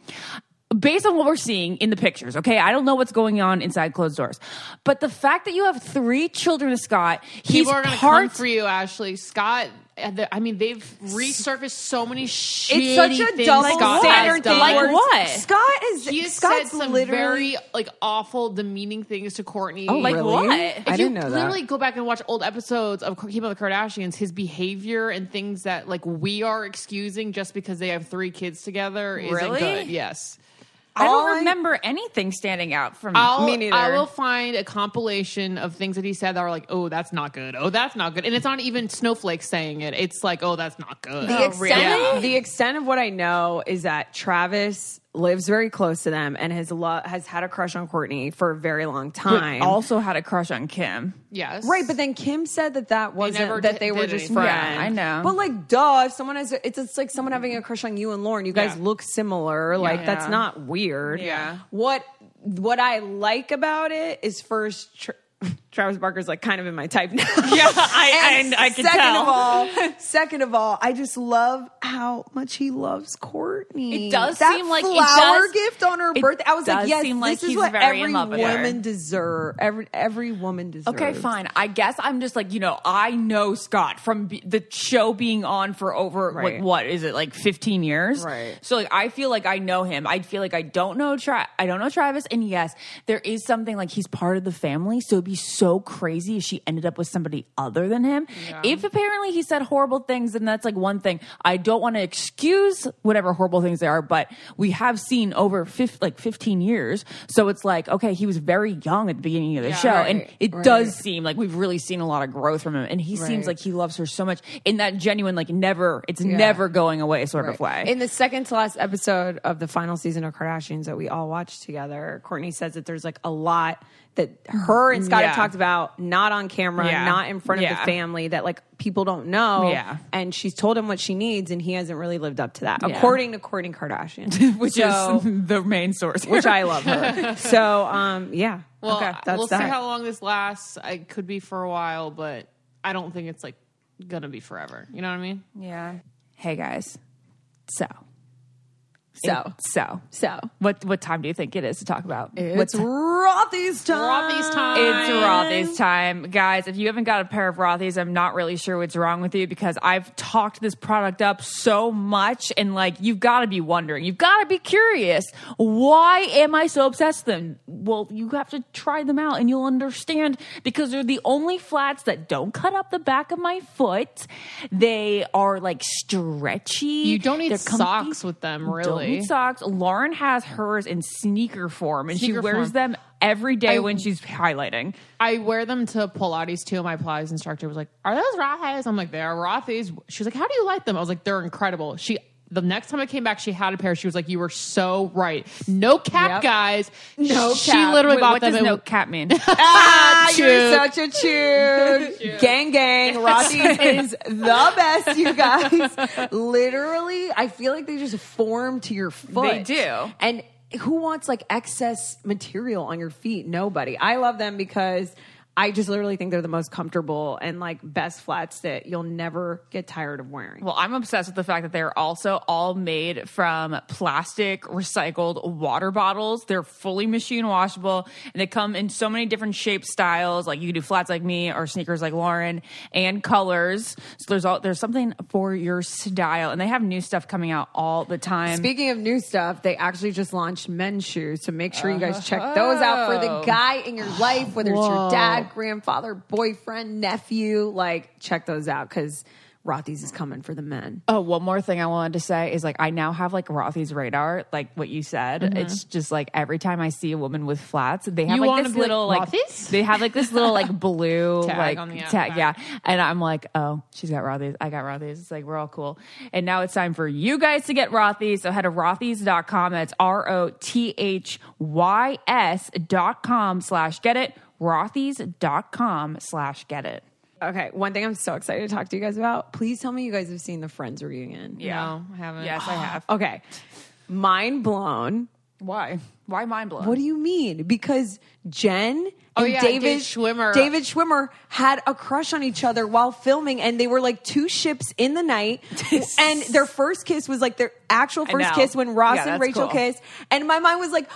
A: Based on what we're seeing in the pictures, okay? I don't know what's going on inside closed doors. But the fact that you have three children of Scott, he's
B: People are gonna
A: part
B: come for you, Ashley. Scott. uh, the- I mean, they've resurfaced so many shitty
C: It's such a
B: things
C: double
B: Scott
C: standard
B: has
C: thing.
B: done.
A: Like
C: where
A: what?
C: Scott is.
B: He has
C: Scott's
B: said some
C: literally.
B: very like awful, demeaning things to Courtney.
C: Oh,
A: Like
C: really?
A: what?
C: I
A: If
B: If
C: didn't
B: you
C: know
B: literally
C: that.
B: go back and watch old episodes of Keeping Up with the Kardashians, his behavior and things that like we are excusing just because they have three kids together isn't
A: Really?
B: good. Yes.
A: I
C: All I-
A: don't remember anything standing out from
B: I'll,
C: Me neither.
B: I will find a compilation of things that he said that are like, oh, that's not good. Oh, that's not good. And it's not even Snowflakes saying it. It's like, oh, that's not good.
C: The extent, the extent of what I know is that Travis lives very close to them and has lo- has had a crush on Courtney for a very long time.
A: also had a crush on Kim.
B: Yes.
C: Right, but then Kim said that that wasn't
A: never
C: that
A: di-
C: they were
A: did
C: just
A: anything.
C: friends.
A: Yeah, I know.
C: But like, duh, if someone has, a, it's it's like someone having a crush on you and Lauren. You guys
A: Yeah.
C: look similar. Like that's
A: Yeah.
C: not weird.
A: Yeah.
C: What what I like about it is first. Tra- [laughs] Travis Barker's like kind of in my
A: [laughs]
C: type now. [laughs] Yeah,
A: [laughs] I- I- I can
C: second
A: tell. [laughs]
C: of all, second of all, I just love how much he loves Courtney.
A: It does
C: that
A: seem like it
C: flower
A: does-
C: gift on her
A: it
C: birthday. I was like,
A: does
C: yes,
A: seem
C: this
A: like
C: is
A: he's
C: what
A: very in
C: every
A: love with her.
C: woman deserve. Every every woman deserves.
A: Okay, fine. I guess I'm just like, you know, I know Scott from be- the show being on for over,
C: Right.
A: like, what is it, like 15 years?
C: Right.
A: So, like, I feel like I know him. I feel like I don't know, Tra- I don't know Travis. And yes, there is something like he's part of the family. So it'd be so crazy if she ended up with somebody other than him. If apparently he said horrible things, then that's like one thing. I don't want to excuse whatever horrible things they are, but we have seen over fif- like 15 years. So it's like, okay, he was very young at the beginning of the show. and
C: Right.
A: it
C: Right.
A: does seem like we've really seen a lot of growth from him and he
C: Right.
A: seems like he loves her so much in that genuine like never it's never going away sort of way
C: In the second to last episode of the final season of Kardashians that we all watched together, Courtney says that there's like a lot that her and Scott have
A: Yeah.
C: talked about, not on camera,
A: Yeah.
C: not in front of the
A: Yeah.
C: family, that like people don't know.
A: Yeah.
C: And she's told him what she needs, and he hasn't really lived up to that,
A: Yeah.
C: according to Courtney
A: [laughs] [laughs]
C: Kardashian,
A: which is the main source [laughs]
C: which I love her. So, um, yeah.
B: Well,
C: okay, that's
B: we'll
C: that.
B: see how long this lasts. I could be for a while, but I don't think it's like gonna be forever. You know what I mean?
A: yeah hey guys so
C: So.
A: so
C: so
A: what what time do you think it is to talk about
C: it's Rothy's time.
B: Rothy's time.
A: It's Rothy's time. Guys, if you haven't got a pair of Rothy's, I'm not really sure what's wrong with you because I've talked this product up so much and like you've got to be wondering. You've got to be curious. Why am I so obsessed with them? Well, you have to try them out and you'll understand because they're the only flats that don't cut up the back of my foot. They are like stretchy.
B: You don't need
A: They're comfy.
B: socks with them,
A: Don't
B: really.
A: need socks. Lauren has hers in sneaker form and
B: Sneaker
A: she wears
B: form.
A: them every day
B: I-
A: when she's highlighting.
B: I wear them to Pilates too. My Pilates instructor was like, "Are those Rothy's?" I'm like, "They are Rothy's." She was like, "How do you like them?" I was like, "They're incredible." She the next time I came back, she had a pair. She was like, "You were so right. No cap,
C: Yep.
B: guys.
C: No
B: she
C: cap.
B: literally
C: Wait,
B: bought
A: what
B: them.
A: does
B: and-
A: no cap mean?
C: Ah, you're
B: Chug.
C: such a chug. gang, gang. Rothy's is the best, you guys. Literally, I feel like they just form to your foot.
A: They do.
C: And who wants like excess material on your feet? Nobody. I love them because I just literally think they're the most comfortable and like best flats that you'll never get tired of wearing.
A: Well, I'm obsessed with the fact that they're also all made from plastic recycled water bottles. They're fully machine washable and they come in so many different shapes, styles. Like you can do flats like me or sneakers like Lauren and colors. So there's all there's something for your style and they have new stuff coming out all the time.
C: Speaking of new stuff, they actually just launched men's shoes. So make sure you guys check those out for the guy in your life, whether it's your dad, grandfather, boyfriend, nephew. Like, check those out because Rothy's is coming for the men.
A: Oh, one more thing I wanted to say is like I now have like Rothy's radar, like what you said. It's just like every time I see a woman with flats, they have
B: Mm-hmm. You wanna
A: like this
B: be like,
A: little like
B: "Rothy's?"
A: they have like this little
B: [laughs]
A: like blue
B: Tag
A: like
B: on the
A: tag, yeah. And I'm like, oh, she's got Rothy's, I got Rothy's. It's like we're all cool. And now it's time for you guys to get Rothy's. So head to Rothy's.com. That's R O T H Y S dot com slash get it. Rothy's.com slash get it.
C: Okay, one thing I'm so excited to talk to you guys about. Please tell me you guys have seen the Friends reunion.
A: Yeah.
B: I haven't.
A: Yes, I have.
B: [gasps]
C: Okay, mind blown.
A: Why? Why mind blown?
C: What do you mean? Because Jen
B: Oh,
C: and
B: yeah,
C: David,
B: Dave Schwimmer.
C: David Schwimmer had a crush on each other while filming, and they were like two ships in
A: [laughs]
C: the night. and their first kiss was like their actual
A: I
C: first
A: know.
C: kiss when Ross
A: Yeah,
C: and
A: that's
C: Rachel
A: cool.
C: kissed. And my mind was like,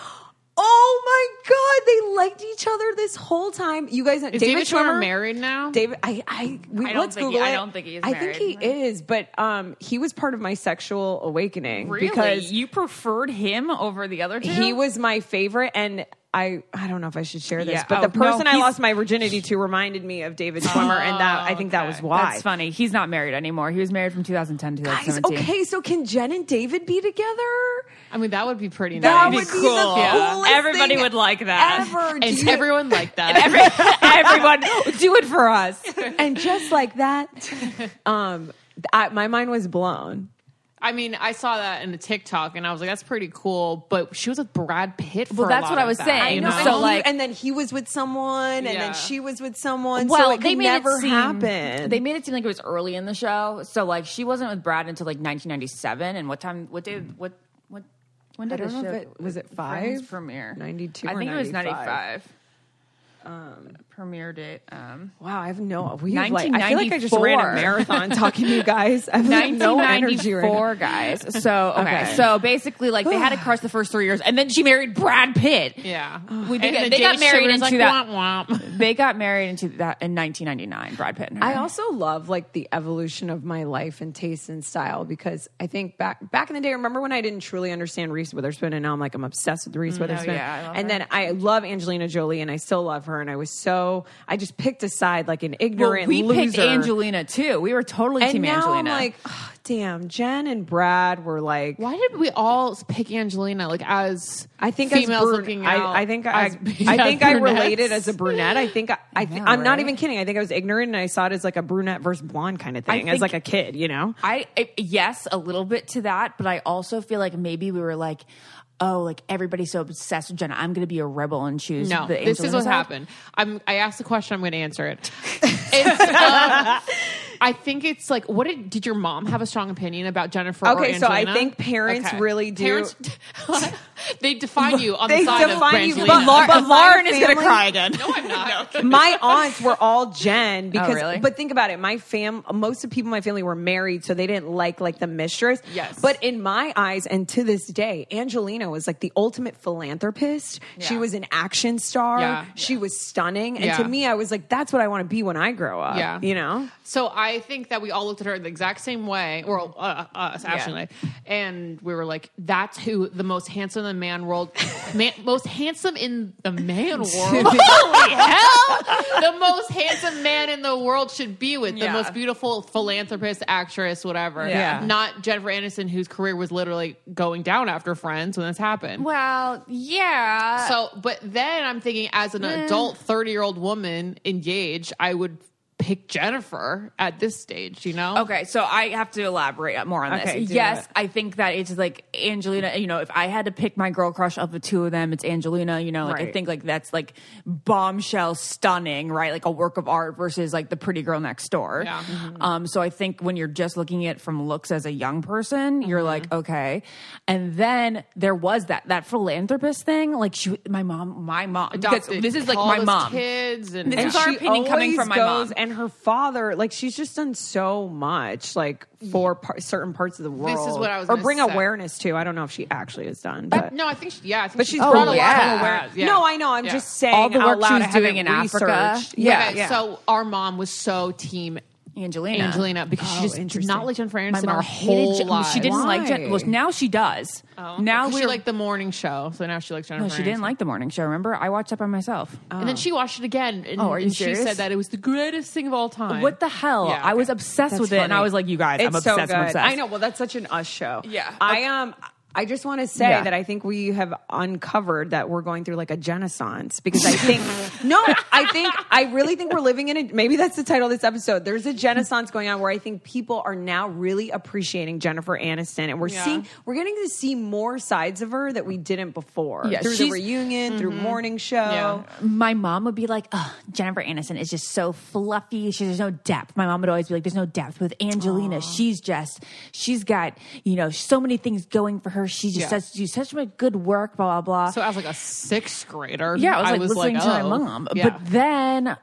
C: oh my god, they liked each other this whole time. You guys,
B: Is David Schwimmer married now?
C: David, I, I, we,
A: I don't
C: let's
A: think he-
C: Google
A: I
C: it.
A: don't think he is
C: I think he
A: married.
C: is, but um, he was part of my sexual awakening because
A: you preferred him over the other two.
C: he was my favorite and I, I don't know if I should share this,
A: Yeah.
C: but
A: Oh,
C: the person
A: no,
C: I
A: he's-
C: lost my virginity to reminded me of David Schwimmer, and that I think that was why.
A: That's funny. He's not married anymore. He was married from 2010 to
C: Guys,
A: 2017.
C: okay, so can Jen and David be together?
B: I mean, that would be pretty
C: That
B: nice.
C: would be the
A: Yeah.
C: coolest
A: Everybody
C: thing
A: would like that.
C: Ever. Do
B: and
C: you-
B: everyone liked that.
A: [laughs] Everyone, do it for us.
C: [laughs] and just like that, um, I, my mind was blown.
B: I mean, I saw that in the TikTok, and I was like, "That's pretty cool." But she was with Brad Pitt. For
G: Well,
B: a
G: that's
B: lot
G: what I
B: of
G: was
B: that,
G: saying.
B: you
G: I know,
B: know?
G: So, like-
C: and then he was with someone, and
B: Yeah.
C: then she was with someone.
A: Well,
C: so it could
A: they made
C: never
A: it seem,
C: happen.
A: They made it seem like it was early in the show. So like she wasn't with Brad until like 1997. And what time? What day? What what? When
C: I
A: did
C: don't
A: the
C: know
A: show
C: if it was it
A: Friends
C: five
A: premiere?
C: 92
A: I
C: or
A: think it was
C: 95.
A: 95. Um, premiere date. Um,
C: wow, I have no. We have like, I feel like I just ran a marathon talking to you guys. I have like, no energy right now.
A: 1994, guys. So okay. so basically, like they had a crush the first three years, and then she married Brad Pitt.
B: yeah,
A: We- they
B: And
A: got-
B: the
A: they got
B: Jay
A: married
B: Sugar's
A: into
B: like,
A: that-
B: Womp, womp.
A: They got married into that in 1999. Brad Pitt and her.
C: I also love like the evolution of my life and taste and style because I think back back in the day, remember when I didn't truly understand Reese Witherspoon, and now I'm like I'm obsessed with Reese Witherspoon.
A: Mm, yeah, I love
C: and then I love Angelina Jolie, and I still love her, and I was so I just picked a side like an
A: Well,
C: ignorant
A: we
C: loser.
A: picked Angelina too. We were totally
C: and
A: team
C: now
A: Angelina.
C: I'm like, "Oh, damn, Jen and Brad were like.
B: Why did we all pick Angelina like as
C: I think
B: females
C: as brun-
B: looking out?
C: I, I think
A: [laughs]
C: I,
B: as-
C: I
B: as
C: think I related
B: brunettes?
C: as a brunette. I think I, I th-
A: know,
C: I'm not
A: right?
C: even kidding. I think I was ignorant and I saw it as like a brunette versus blonde kind of thing, as
A: think-
C: like a kid, you know.
A: I, I yes, a little bit to that, but I also feel like maybe we were like, oh, like everybody's so obsessed with Jenna. I'm going to be a rebel and choose.
B: No,
A: the
B: this is
A: Angelina
B: what
A: side.
B: happened. I'm. I asked the question. I'm going to answer
C: [laughs]
B: it. It's, um, I think it's like, what did did your mom have a strong opinion about Jennifer? or
C: Okay, so I
B: Angelina?
C: think parents really do-
B: Parents, [laughs] they define you on
C: They
B: the side
C: define
B: of
C: you,
B: Brangelina.
C: but Lau- but
B: My
C: Lauren is gonna
B: family-
C: cry again.
B: [laughs] No, I'm not.
C: my aunts were all Jen because,
A: really?
C: but think about it. My fam, most of the people in my family were married, so they didn't like like the mistress.
B: Yes.
C: But in my eyes, and to this day, Angelina was like the ultimate philanthropist. She
B: Yeah.
C: was an action star.
B: Yeah.
C: She was stunning, and
B: Yeah.
C: to me, I was like, that's what I want to be when I grow up.
B: Yeah.
C: You know.
B: So I think that we all looked at her the exact same way, or uh, us, Ashley and I, and we were like, "That's who the most handsome in the man world, man, most handsome in
A: [laughs]
B: the man world. Holy hell! The most handsome man in the world should be with the
A: Yeah.
B: most beautiful philanthropist, actress, whatever.
A: Yeah.
B: Not Jennifer Aniston, whose career was literally going down after Friends when this happened.
A: Well, yeah.
B: So, but then I'm thinking, as an adult, thirty year old woman engaged, I would pick Jennifer at this stage. You know?
A: Okay, so I have to elaborate more on
C: Okay,
A: this.
C: do
A: Yes,
C: it.
A: I think that it's like Angelina. You know, if I had to pick my girl crush of the two of them, it's Angelina. You know, like I
C: Right.
A: think like that's like bombshell, stunning, right? Like a work of art versus like the pretty girl next door.
B: Yeah.
A: Um. So I think when you're just looking at it from looks as a young person,
B: Mm-hmm.
A: you're like okay, and then there was that that philanthropist thing. Like she, my mom, my mom. because
B: adopted
A: This is like
B: all
A: my
B: those
A: mom.
B: kids and,
A: This is our
C: she
A: opinion coming
C: always
A: from my
C: goes-
A: mom.
C: and her father. Like she's just done so much, like for par- certain parts of the world.
B: is what I was
C: or
B: gonna
C: bring
B: say.
C: awareness to. I don't know if she actually has done, but
B: no, I think she, yeah, I think
C: But
B: she
C: she's
B: brought
C: brought
B: a
A: Oh,
B: lot
A: yeah.
B: of awareness. Yeah.
C: No, I know. I'm
B: Yeah.
C: just saying
A: All the
C: out
A: work she
C: loud,
A: was
C: I haven't
A: doing in Africa.
C: researched.
A: Yeah,
C: Yeah,
B: Okay, So our mom was so team
A: Angelina.
B: Angelina because she
C: Oh,
B: just did
C: interesting.
B: not like Jennifer
A: My
B: Aniston
A: mom
B: our
A: hated.
B: whole
A: Jen- well,
B: lives.
A: she didn't like. Jen-
C: Why?
A: well, now she does.
C: Oh.
A: now
B: Because
A: we're
B: she liked the morning show, so now she likes Jennifer.
A: No, she didn't
B: Aniston.
A: like the morning show. Remember, I watched that by myself.
C: Oh,
B: And then she watched it again, and,
A: Oh, are you
B: and she
A: serious?
B: said that it was the greatest thing of all time.
A: What the hell?
B: Yeah,
A: I was
B: okay.
A: obsessed with it, and I was like, "You guys, I'm
C: It's so
A: obsessed. I'm
C: good.
A: obsessed."
C: I know. Well, that's such an us show.
A: Yeah.
C: I um. I just want to say
A: Yeah.
C: that I think we have uncovered that we're going through like a genesance because I
A: [laughs]
C: think no, I think I really think we're living in a maybe that's the title of this episode. There's a genesance going on where I think people are now really appreciating Jennifer Aniston and we're
B: Yeah.
C: seeing we're getting to see more sides of her that we didn't before
A: Yeah,
C: through the
A: she's- Mm-hmm.
C: reunion, through morning show.
A: My mom would be like, oh, Jennifer Aniston is just so fluffy. She, there's no depth. My mom would always be like, there's no depth with Angelina. She's just, she's got, you know, so many things going for her. She just
B: Yeah.
A: does, do such good work, blah, blah, blah.
B: So I was like a sixth grader.
A: Yeah, I was like listening to
B: oh.
A: my mom.
B: Yeah.
A: But then,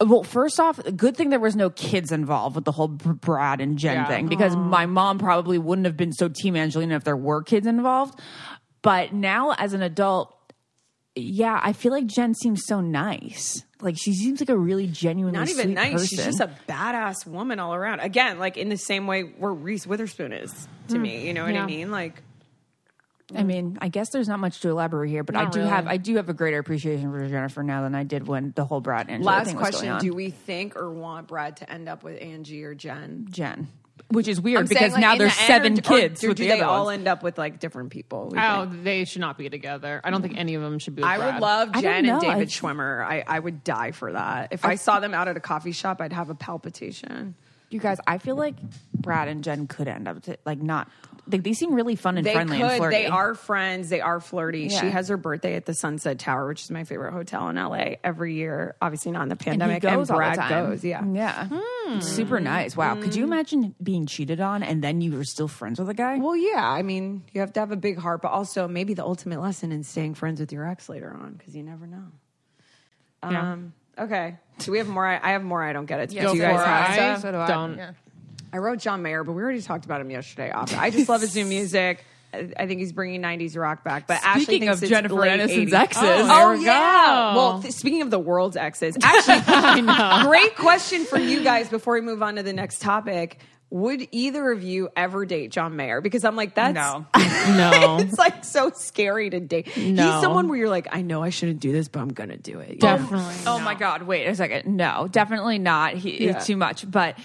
A: well, first off, good thing there was no kids involved with the whole Br- Brad and Jen
B: Yeah.
A: thing because my mom probably wouldn't have been so team Angelina if there were kids involved. But now, as an adult, yeah, I feel like Jen seems so nice. Like she seems like a really genuinely
C: Not even
A: sweet
C: nice. She's
A: person.
C: just a badass woman all around. Again, like in the same way where Reese Witherspoon is to me. You know what
B: Yeah.
C: I mean? Like
A: I mean, I guess there's not much to elaborate here, but I
B: Not
A: do
B: really.
A: have I do have a greater appreciation for Jennifer now than I did when the whole Brad and Angela
C: last
A: thing was going
C: question:
A: on.
C: Do we think or want Brad to end up with Angie or Jen?
A: Jen, which is weird
C: I'm saying,
A: because
C: like,
A: now
C: in
A: there's
C: the end,
A: seven
C: or-
A: kids
C: Or,
A: with
C: do
A: the
C: they
A: other
C: all
A: ones.
C: end up with like different people? we
B: Oh,
C: think?
B: they should not be together. I don't think any of them should be. With
C: I would
B: Brad.
C: love
A: I don't
C: Jen and
A: know. I-
C: David Schwimmer. I, I would die for that. If I, saw them out at a coffee shop, I'd have a palpitation.
A: You guys, I feel like Brad and Jen could end up to, like not. They, they seem really fun and
C: they
A: friendly
C: could.
A: and flirty.
C: They are friends. They are flirty.
A: Yeah.
C: She has her birthday at the Sunset Tower, which is my favorite hotel in LA every year. Obviously not in the Hmm. pandemic.
A: And he goes all the
C: Brad
A: time.
C: goes. Yeah.
A: Yeah. Super nice. Wow. Could
C: Hmm.
A: you imagine being cheated on and then you were still friends with a guy?
C: Well, yeah. I mean, you have to have a big heart, but also maybe the ultimate lesson in staying friends with your ex later on because you never know.
B: Yeah.
C: Um, Okay. Do we have more? I I have more. I don't get it.
B: Yes,
C: do you
B: go
C: guys
B: for
C: have
B: it.
C: stuff?
B: I So do I. don't. Yeah.
C: I wrote John Mayer, but we already talked about him yesterday. off. I just love his new music. I I think he's bringing '90s rock back. But Ashley
H: Speaking
C: thinks
H: of
C: it's
H: Jennifer
C: late
H: Aniston's
C: 80s.
H: exes.
C: oh,
H: There we
C: yeah.
H: go.
C: Well, th- speaking of the world's exes,
H: [laughs]
C: actually, great question for you guys before we move on to the next topic. Would either of you ever date John Mayer? Because I'm like, that's [laughs]
H: No.
A: [laughs]
B: No.
C: it's like so scary to date.
B: No.
C: He's someone where you're like, I know I shouldn't do this, but I'm gonna do it.
B: Definitely.
A: Oh my God! Wait a second. No, definitely not. He
C: Yeah.
A: it's too much. But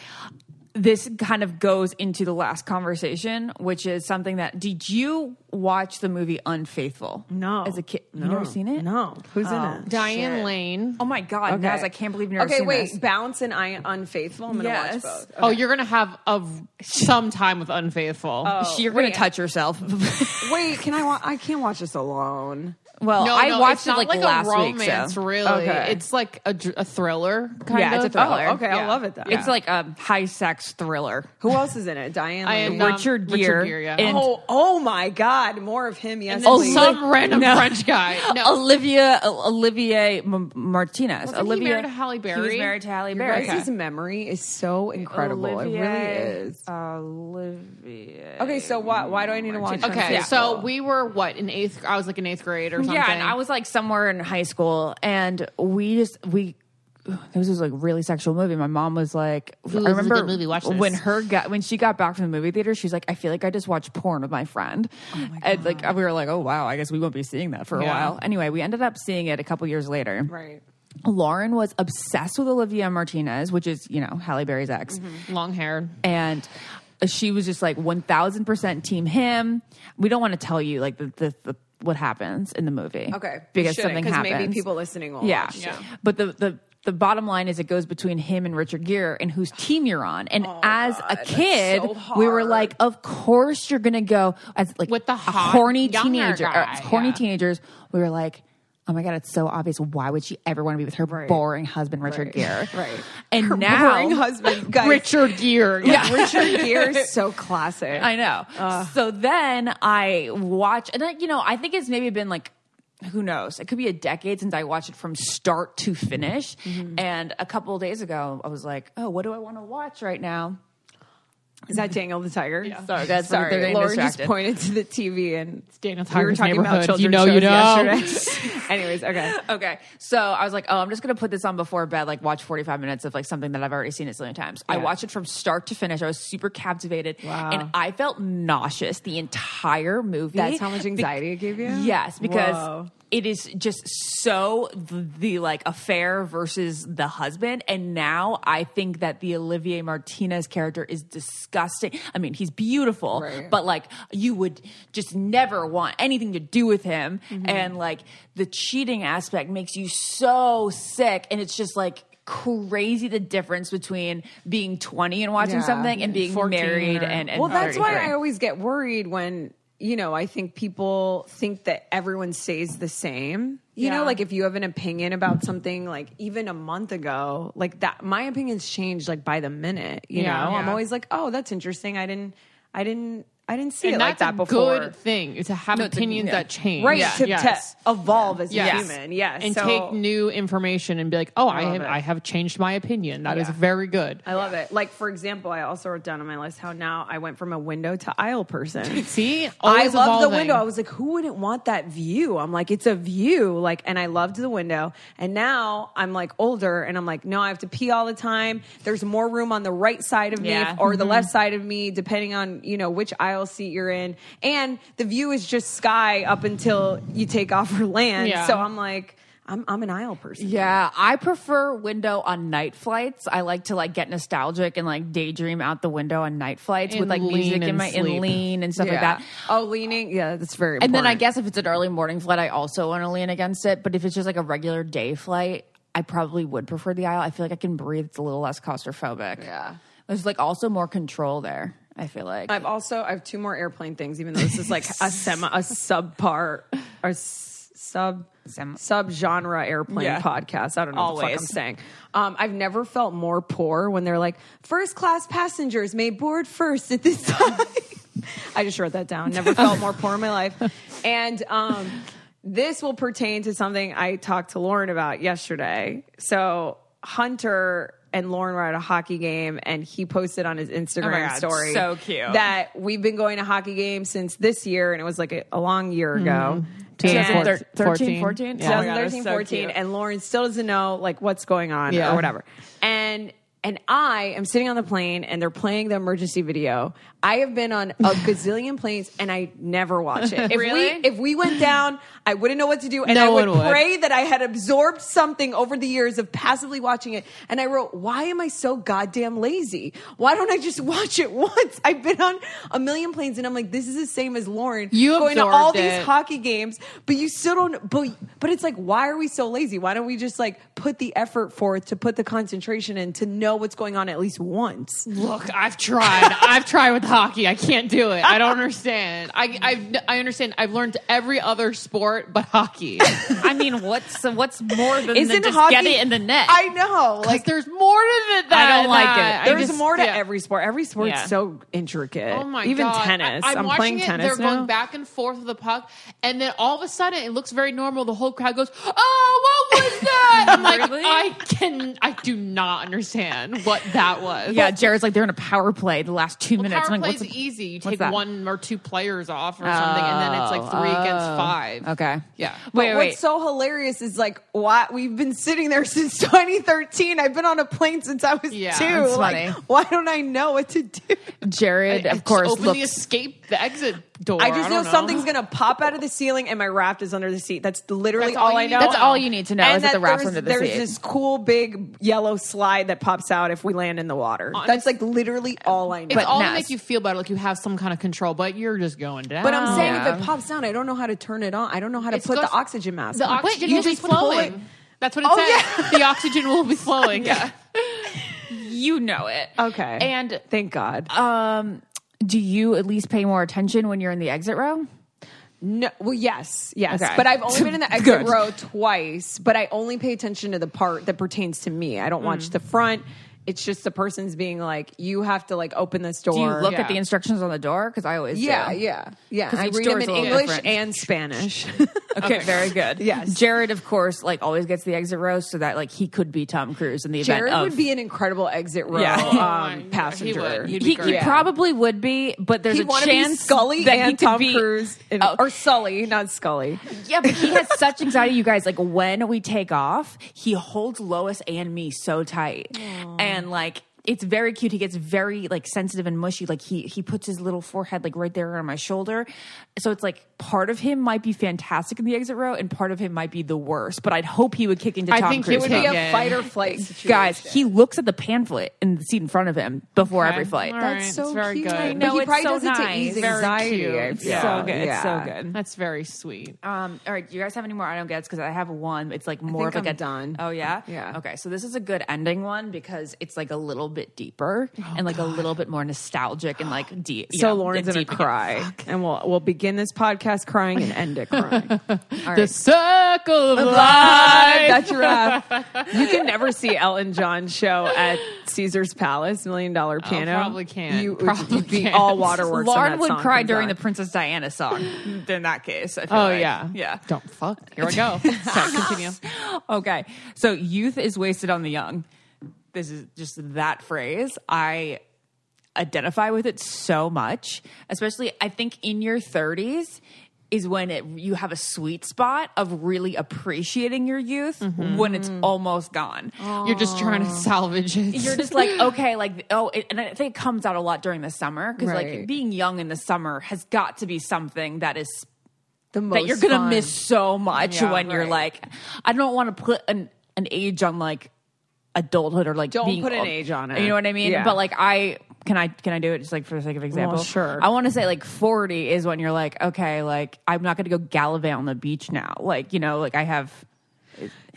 A: this kind of goes into the last conversation, which is something that. Did you watch the movie Unfaithful?
C: No.
A: as a kid,
C: No.
A: you never seen it.
C: No. Um, Who's in
A: Oh.
C: it?
B: [laughs] Diane Lane.
A: Oh my God,
C: Okay.
A: Naz! I can't believe you never
C: Okay,
A: seen
C: wait.
A: this.
C: Bounce and I Unfaithful. I'm gonna watch
A: Yes.
C: both.
B: Oh, you're gonna have a some time with unfaithful.
A: She- You're gonna touch yourself. [laughs]
C: Wait, can I? Wa- I can't watch this alone.
A: well, I
B: it's
A: watched
B: not
A: it like, last
B: a romance,
A: week. So.
B: really.
C: Okay.
B: It's like a, dr- a thriller. Kind
A: Yeah,
B: of.
A: it's a thriller.
C: Oh, okay, I love it then.
A: It's like a high sex thriller.
C: Who else is in it? Diane.
B: I am
C: Lane.
B: not-
A: Richard
B: Richard
A: Gere.
B: Gere, yeah.
A: and-
C: oh, oh my God! More of him. Yes.
B: And then
C: please.
B: Oh, some random
A: [laughs]
B: French guy. No,
A: Olivia Olivier M- Martinez.
B: Wasn't he
A: Olivia
B: married to Halle
A: He was
B: Berry?
A: married to Halle
C: Your
A: Berry.
C: guys' memory is so incredible. It really is.
A: Olivia.
C: Okay, so why why do I need to watch?
B: Okay,
C: Unfaithful?
B: so we were what in eighth? I was like in eighth grade or something.
A: Yeah, and I was like somewhere in high school, and we just we. This was like really sexual movie. My mom was like,
B: is a
A: I remember
B: good movie. Watch this.
A: when her got when she got back from the movie theater, she's like, I feel like I just watched porn with my friend, and like we were like, oh wow, I guess we won't be seeing that for a
B: Oh Yeah.
A: while. Anyway, we ended up seeing it a couple years later.
C: right.
A: Lauren was obsessed with Olivia Martinez, which is you know Halle Berry's ex
B: long haired.
A: and she was just like 1000% team him we don't want to tell you like the, the, the what happens in the movie
C: Okay,
A: because
C: You shouldn't,
A: something
C: 'cause
A: happens
C: Maybe people listening will.
A: yeah.
C: watch it.
A: but the the the bottom line is it goes between him and Richard Gere and whose team you're on. And as a kid,
C: Oh, so
A: we were
C: hard.
A: like, of course you're gonna go as like
B: With the
A: a
B: hot
A: horny
B: younger
A: teenager. or
B: guy,
A: horny
B: yeah.
A: teenagers. We were like, oh my god, it's so obvious. Why would she ever want to be with her boring husband, Richard Gere?
C: [laughs] Right.
A: And now
C: boring husband, guys.
B: Richard Gere.
A: [laughs]
C: Yeah. Richard Gere is so classic.
A: I know. so then I watch, and I, you know, I think it's maybe been like, who knows? It could be a decade since I watched it from start to finish.
C: Mm-hmm.
A: And a couple of days ago, I was like, oh, what do I want to watch right now?
C: Is that Daniel the Tiger?
A: [laughs] Sorry, guys, we're- they're
C: Sorry,
A: getting
C: Lauren
A: distracted.
C: just pointed to the TV and it's
B: Daniel
C: we were
B: Tiger's
C: talking about
B: neighborhood.
C: children's
B: You know,
C: shows
B: you know. [laughs]
C: yesterday. [laughs] Anyways, okay.
A: Okay. So I was like, oh, I'm just going to put this on before bed, like watch 45 minutes of like something that I've already seen a zillion times. I watched it from start to finish. I was super captivated. Wow. And I felt nauseous the entire movie.
C: That's how much
A: Be-
C: anxiety it gave you?
A: Yes, because
C: Whoa.
A: it is just so the, the like affair versus the husband. And now I think that the Olivier Martinez character is disgusting. I mean, he's beautiful,
C: Right.
A: but like you would just never want anything to do with him.
C: Mm-hmm.
A: And like the cheating aspect makes you so sick. And it's just like, Crazy the difference between being 20 and watching
C: Yeah.
A: something and being
B: 14
A: married
B: or-
A: and, and
C: Well, that's why
A: 33.
C: I always get worried when, you know, I think people think that everyone stays the same. You
B: Yeah.
C: know, like if you have an opinion about something, like even a month ago, like that, my opinions changed like by the minute. You
B: Yeah.
C: know, I'm
B: Yeah.
C: always like, oh, that's interesting. I didn't, I didn't, I didn't see
B: And
C: it
B: that's
C: like that
B: a
C: before.
B: good thing to have opinions that change.
C: Right
B: Yeah.
C: to,
B: Yes.
C: to evolve as a
B: Yes.
C: human, yes,
B: and
C: So-
B: take new information and be like, oh, I,
C: love
B: have,
C: it.
B: I have changed my opinion. That is very good.
C: I love it. Like for example, I also wrote down on my list how now I went from a window to
A: [laughs]
C: aisle person.
B: See,
C: I
B: Always
C: loved the
B: evolving.
C: window. I was like, who wouldn't want that view? I'm like, it's a view. Like, and I loved the window. And now I'm like older and I'm like, no, I have to pee all the time. There's more room on the right side of me
A: Yeah. Mm-hmm.
C: if- or the left side of me, depending on, you know, which aisle seat you're in. And the view is just sky up until you take off or land.
B: Yeah.
C: So I'm like, I'm, I'm an aisle person.
A: Yeah, I prefer window on night flights. I like to like get nostalgic and like daydream out the window on night flights with
B: And
A: like
B: lean
A: music in
B: and
A: my and
B: sleep.
A: lean and stuff like
C: Yeah.
A: that.
C: Oh, leaning. Yeah, that's very
A: And
C: important.
A: then I guess if it's an early morning flight, I also want to lean against it. But if it's just like a regular day flight, I probably would prefer the aisle. I feel like I can breathe. It's a little less claustrophobic.
C: Yeah.
A: There's like also more control there. I feel like
C: I've also I have two more airplane things, even though this is like a semi a subpar or s- sub sub genre airplane
A: Yeah.
C: podcast. I don't know what the fuck I'm
A: Always.
C: saying. Um, I've never felt more poor when they're like first class passengers may board first at this time. [laughs] I just wrote that down. Never felt more poor in my life, and um, this will pertain to something I talked to Lauren about yesterday. So Hunter. And Lauren were at a hockey game, and he posted on his Instagram
I: Oh my God,
C: story
I: so cute.
C: that we've been going to hockey games since this year, and it was like a, a long year
I: Mm-hmm.
C: ago.
B: Mhm. 2013,
C: 2013,
B: 14? 14? Yeah. Oh my God, that's
C: 2013,
B: so
C: 14,
B: cute.
C: and Lauren still doesn't know like what's going on
B: Yeah.
C: or whatever. And and I am sitting on the plane, and they're playing the emergency video. I have been on
B: [laughs]
C: a gazillion planes, and I never watch it. If
B: Really?
C: we if we went down, I wouldn't know what to do, and
B: No
C: I would,
B: one would.
C: pray that I had absorbed something over the years of passively watching it. And I wrote, "Why am I so goddamn lazy? Why don't I just [laughs] watch it once? I've been on a million planes, and I'm like, this is the same as Lauren
B: You
C: going to
B: absorbed
C: all
B: it.
C: these hockey games, but you still don't. But but it's like, why are we so lazy? Why don't we just like put the effort forth to put the concentration in to know what's going on at least once?
B: Look, I've
C: [laughs]
B: tried. I've tried with hockey. I can't do it. I don't understand.
C: [laughs]
B: I I've, I understand. I've learned every other sport but
C: [laughs]
B: hockey.
A: I mean, what's what's more than
B: Isn't
A: just
B: hockey-
A: get it in the net?
C: I
B: [laughs]
C: know,
B: like there's more to it. That
C: I don't like
B: that.
C: it.
B: I
C: There's
B: just-
C: more to
B: yeah.
C: every sport. Every sport's
B: Yeah.
C: so intricate.
B: Oh my
C: Eh, Even
B: God.
C: tennis.
B: I,
C: I,
B: I'm,
C: am
B: watching
C: playing
B: it.
C: tennis
B: They're
C: now.
B: going back and forth with the puck, and then all of a sudden it looks very normal. The whole crowd goes, "Oh, what
C: [laughs]
B: was that?" I'm like, I can, I do not understand what that was.
A: yeah, Jared's like they're in a power play the last two minutes.
B: Power
A: I'm like,
B: play's
A: what's the-
B: easy. You
A: what's
B: take
A: that?
B: one or two players off or something, and then it's like three against
A: Oh,
B: five.
A: Okay.
B: Yeah.
C: But
A: Wait,
C: what's
A: wait.
C: so hilarious is like why we've been sitting there [laughs] since 2013. I've been on a plane since I was
B: Yeah,
C: two.
B: that's
C: Like,
B: funny.
C: why don't I know what to do?
A: Jared, of
B: Just
A: course,
B: open the
A: looks
B: escape, the exit door.
C: I just know,
B: don't
C: something's gonna pop out of the ceiling, and my raft is under the seat. That's literally
B: That's all
C: all,
B: you
C: I
B: need
C: know.
B: to That's know. all
A: you need to know
C: And
A: is that the raft's
C: there's-
A: under the
C: there's
A: seat.
C: this cool big yellow slide that pops out if we land in the water. That's like literally all I know.
B: It's all to make you feel better, like you have some kind of control, but you're just going down.
C: But I'm saying if it pops down, I don't know how to turn it on. I don't know how to
B: It's
C: put
B: got-
C: the oxygen mask.
B: the
C: on.
B: oxygen
C: You
B: will be
C: just pull it-
B: flowing. That's what it
C: Oh,
B: says. The oxygen will be flowing. [laughs] Yeah.
A: you know it.
C: Okay.
A: And
C: thank God.
A: um, do you at least pay more attention when you're in the exit row?
C: No, well, yes, yes,
A: Okay.
C: but I've only been
A: [laughs]
C: in the exit
A: Good.
C: row twice. But I only pay attention to the part that pertains to me. I don't
A: Mm.
C: watch the front. It's just the person's being like, you have to like open this door.
A: Do you look at the instructions on the door? Because I always
C: Yeah,
A: do.
C: yeah, yeah.
A: 'Cause
C: I
A: each
C: read
A: door
C: them
A: is
C: in
A: a little
C: English
A: different.
C: and Spanish.
A: [laughs] Okay, very good.
C: Yes.
A: Jared, of course, like always gets the exit row so that like he could be Tom Cruise in the
C: Jared
A: event of
C: would be an incredible exit row
A: Yeah. [laughs] Oh my
C: um, passenger.
A: He, he probably would be, but there's
C: He'd
A: a
C: wanna
A: chance
C: be Scully
A: that he
C: and
A: could
C: Tom
A: be, Oh.
C: Cruise, in- or Sully, not Scully.
A: Yeah, but he has such anxiety, you guys. Like when we take off, he holds Lois and me so tight, and like it's very cute. He gets very like sensitive and mushy. Like he he puts his little forehead like right there on my shoulder. So it's like part of him might be fantastic in the exit row, and part of him might be the worst. But I'd hope he would kick into
B: I
A: Tom
B: think he
A: Cruise.
B: would
C: It'd be
A: him.
C: a fight or flight situation.
A: Guys, he looks at the pamphlet in the seat in front of him before every flight.
B: All right. It's very good.
A: I
C: But
A: know,
C: he
A: it's
C: probably
A: so
C: does it to
A: nice.
C: ease
A: Very
C: anxiety.
A: cute.
C: I
A: It's
C: feel.
A: so good. It's so
C: Yeah.
A: good.
B: That's very sweet.
A: Um, all right, do you guys have any more I don't gets? Because I have one. It's like more of
C: think
A: like
C: I'm
A: a
C: done.
A: Oh yeah,
C: Yeah.
A: Okay, so this is a good ending one because it's like a little bit deeper and like a little bit more nostalgic and like deep.
C: Oh, So Lauren's gonna cry,
A: [laughs]
C: and we'll we'll begin this podcast crying and end it crying. [laughs]
B: The circle of
C: Live, [laughs]
B: life.
C: that's your app. You can never see Elton John's show at Caesar's Palace, Million Dollar Piano.
B: probably can't.
C: You would
B: Probably
C: be
B: can't.
C: all waterworks. when
A: Lauren
C: that
A: would
C: song
A: cry
C: comes
A: during
C: on.
A: the Princess Diana song. in that case, I feel
B: Oh
A: like.
B: yeah.
A: yeah.
B: Don't fuck. Here we go. Sorry, continue.
A: [laughs] Okay, so youth is wasted on the young. This is just that phrase. I identify with it so much, especially I think in your 30s is when it, you have a sweet spot of really appreciating your youth when it's almost gone.
B: You're [laughs] just trying to salvage it. [laughs]
A: You're just like, okay, like, oh, it, and I think it comes out a lot during the summer because, like,
C: Right.
A: being young in the summer has got to be something that is
C: the
A: that
C: most
A: you're gonna
C: fun.
A: miss so much
B: Yeah,
A: when you're
B: right.
A: like, I don't want to put an an age on like adulthood or like
C: Don't
A: being
C: put an
A: old.
C: age on it.
A: You know what I mean?
C: Yeah.
A: But like I can I can I do it just like for the sake of example?
C: sure.
A: I want to say like 40 is when you're like, okay, like I'm not gonna go gallivant on the beach now. Like you know, like I have.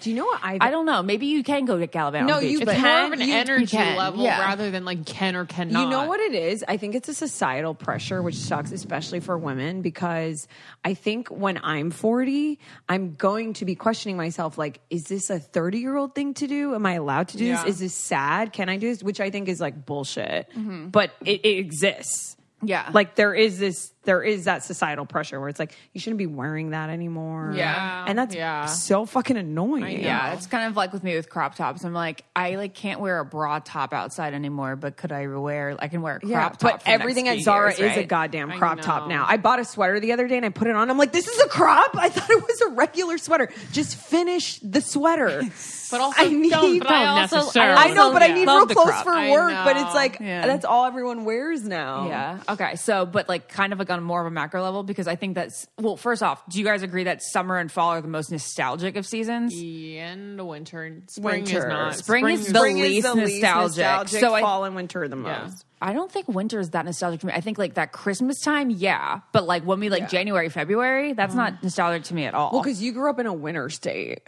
C: Do you know what I?
A: I don't know. Maybe you can go to Gallivan.
B: No,
A: on the beach,
B: you
A: but-
B: can. It's more of an
A: You- you
B: energy
A: can,
B: level
A: yeah.
B: rather than like can or cannot.
C: You know what it is? I think it's a societal pressure, which sucks, especially for women, because I think when I'm 40, I'm going to be questioning myself like, is this a 30 year old thing to do? Am I allowed to do
A: Yeah.
C: this? Is this sad? Can I do this? Which I think is like bullshit,
A: Mhm.
C: but it, it exists.
A: Yeah.
C: Like there is this, there is that societal pressure where it's like, you shouldn't be wearing that anymore.
A: Yeah.
C: And that's
A: Yeah.
C: so fucking annoying.
A: Yeah, it's kind of like with me with crop tops. I'm like, I like can't wear a bra top outside anymore, but could I wear? I can wear a crop
C: Yeah,
A: top.
C: but
A: for the next
C: everything at
A: few
C: Zara
A: years,
C: is a
A: right?
C: goddamn crop top now. I bought a sweater the other day and I put it on. I'm like, this is a crop. I thought it was a regular sweater. Just finish
A: [laughs]
C: the sweater.
B: But also don't- but I also- I
C: I know,
B: also
C: but I need
A: love
C: real
A: the
C: clothes
A: crop.
C: for
A: I
C: work. But it's
A: know.
C: like
A: Yeah.
C: that's all everyone wears now.
A: Yeah. Okay. So, but like kind of like on more of a macro level, because I think that's, well, first off, do you guys agree that summer and fall are the most nostalgic of seasons?
B: And winter, spring is not.
A: Spring, is, the
C: spring
A: least
C: the least
A: nostalgic.
C: nostalgic,
A: So I-
C: fall and winter the most.
A: I don't think winter is that nostalgic to me. I think like that Christmas time, yeah. But like when we like January, February, that's not nostalgic to me at all.
C: Mm-hmm. Well, because you grew up in a winter state.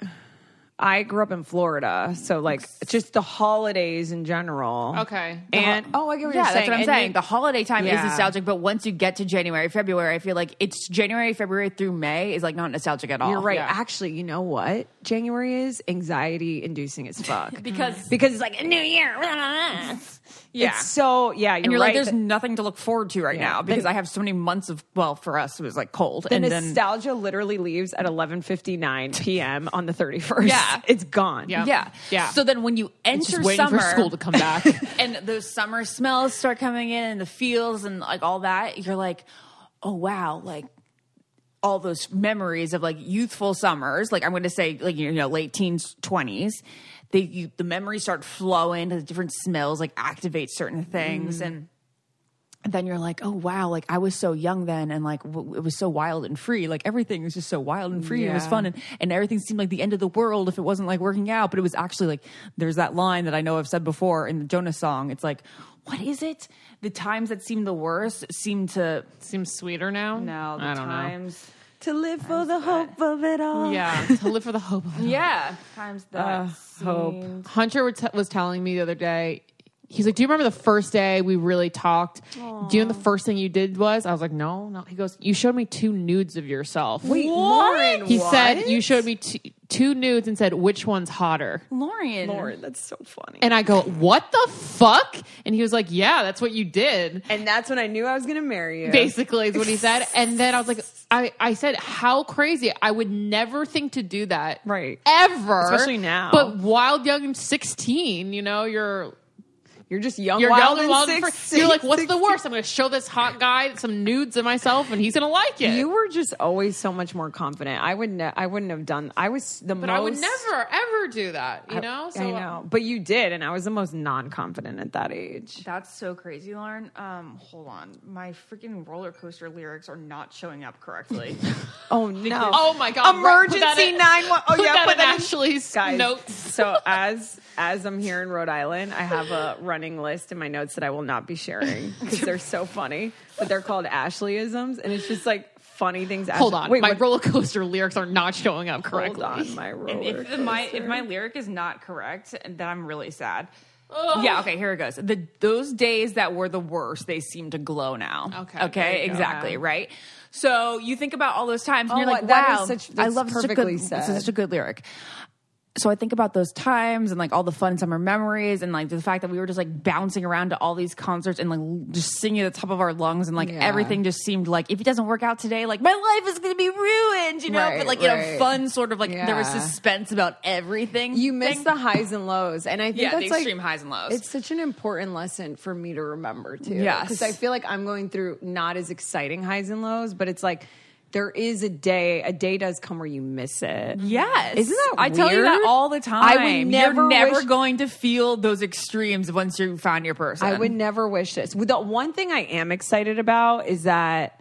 C: I grew up in Florida, so like just the holidays in general.
B: Okay.
C: and oh, I get what
A: yeah,
C: you're
A: that's
C: saying.
A: what I'm
C: And
A: saying.
C: you-
A: the holiday time
C: Yeah.
A: is nostalgic, but once you get to January, February, I feel like it's January, February through May is like not nostalgic at all.
B: Oh,
C: You're right. Actually, you know what January is? Anxiety inducing
B: [laughs]
C: as fuck.
A: Because-
C: because it's like a new year. yeah. It's so yeah. You're,
A: and you're
C: right.
A: like, there's
C: The-
A: nothing to look forward to right now because I have so many months of well, for us it was like cold,
C: the
A: and then
C: nostalgia literally leaves at 11:59 p.m. on the 31st.
A: Yeah.
C: [laughs] it's gone.
A: yeah, So then when you
B: It's
A: enter
B: just waiting
A: summer,
B: for school to come
C: [laughs]
B: back.
A: and those summer smells start coming in, and the fields and like all that, you're like, oh wow, like all those memories of like youthful summers, like I'm going to say, like you know, late teens, twenties. They you, the memories start flowing. The different smells like activate certain things,
J: Mm.
A: and then you're like, oh wow, like I was so young then, and like w- it was so wild and free. Like everything was just so wild and free. It was
J: Yeah.
A: fun, and and everything seemed like the end of the world if it wasn't like working out. But it was actually like there's that line that I know I've said before in the Jonas song. It's like, what is it? The times that seemed the worst seem to
B: seem sweeter now.
A: No, the
B: I don't know.
A: times.
C: To live for the hope of it all.
B: Yeah, [laughs] to live for the hope of it all.
A: Yeah, times that.
B: hope. Hunter was, was telling me the other day. He's like, "Do you remember the first day we really talked? Do you know the first thing you did was?" I was like, "No, no." He goes, "You showed me two nudes of yourself."
C: Wait, Lauren,
B: He
C: what?
B: said, "You showed me two, two nudes and said which one's hotter."
A: Lauren.
C: Lauren, that's so funny.
B: And I go, "What the fuck?" And he was like, "Yeah, that's what you did."
C: And that's when I knew I was going to marry you.
B: Basically, is what he said. And then I was like, I, I said, how crazy. I would never think to do that.
C: Right.
B: Ever.
C: Especially now.
B: But wild, young, and 16, you know, you're.
C: You're just young,
B: you're
C: wild, and
B: free.
C: 16.
B: You're like, what's the
C: [laughs]
B: worst? I'm going to show this hot guy some nudes of myself and he's going to like it.
C: You were just always so much more confident. I would ne- I wouldn't have done. I was the
B: but
C: most.
B: I would never, ever do that, you know? uh,
C: I, I know, uh, but you did, and I was the most non-confident at that age.
A: That's so crazy, Lauren. Um, hold on. My freaking roller coaster lyrics are not showing up correctly.
C: Oh no!
B: Oh my God. Put that
C: Emergency
B: in-
C: nine one. Oh
B: put
C: yeah,
B: that
C: put
B: in
C: that
B: Ashley's
C: guys.
B: notes.
C: so as as I'm here in Rhode Island, I have a running list in my notes that I will not be sharing because they're so funny. But they're called Ashleyisms, and it's just like funny things.
B: Hold
C: Ashley-
B: on.
C: wait,
B: my
C: what-
B: roller coaster lyrics are not showing up correctly.
C: on, my roller
A: and if the, my if my lyric is not correct, then I'm really sad.
B: Oh.
A: Yeah. Okay. Here it goes. The those days that were the worst, they seem to glow now.
B: Okay, there
A: Okay.
B: you go.
A: Exactly. Right. So you think about all those times, and
C: Oh,
A: you're like,
C: that is
A: "Wow,
C: such-
A: I
C: that's
A: love such a
C: perfectly
A: good,
C: said.
A: such a good lyric." so I think about those times and like all the fun summer memories and like the fact that we were just like bouncing around to all these concerts and like l- just singing at the top of our lungs and like
J: Yeah.
A: everything just seemed like if it doesn't work out today, like my life is gonna be ruined, you know?
C: Right,
A: but like you
C: right.
A: know, fun sort of like there was
C: Yeah.
A: suspense about everything.
C: You miss the highs and lows, and I think
A: Yeah, the
C: that's like
A: extreme highs and lows.
C: It's such an important lesson for me to remember too.
A: Yes.
C: because I feel like I'm going through not as exciting highs and lows, but it's like there is a day. A day does come where you miss it.
A: Yes.
C: isn't that?
A: I tell you that
C: weird?
A: all the time.
C: I would never.
A: You're never
C: wish-
A: going to feel those extremes once you find your person.
C: I would never wish this. The one thing I am excited about is that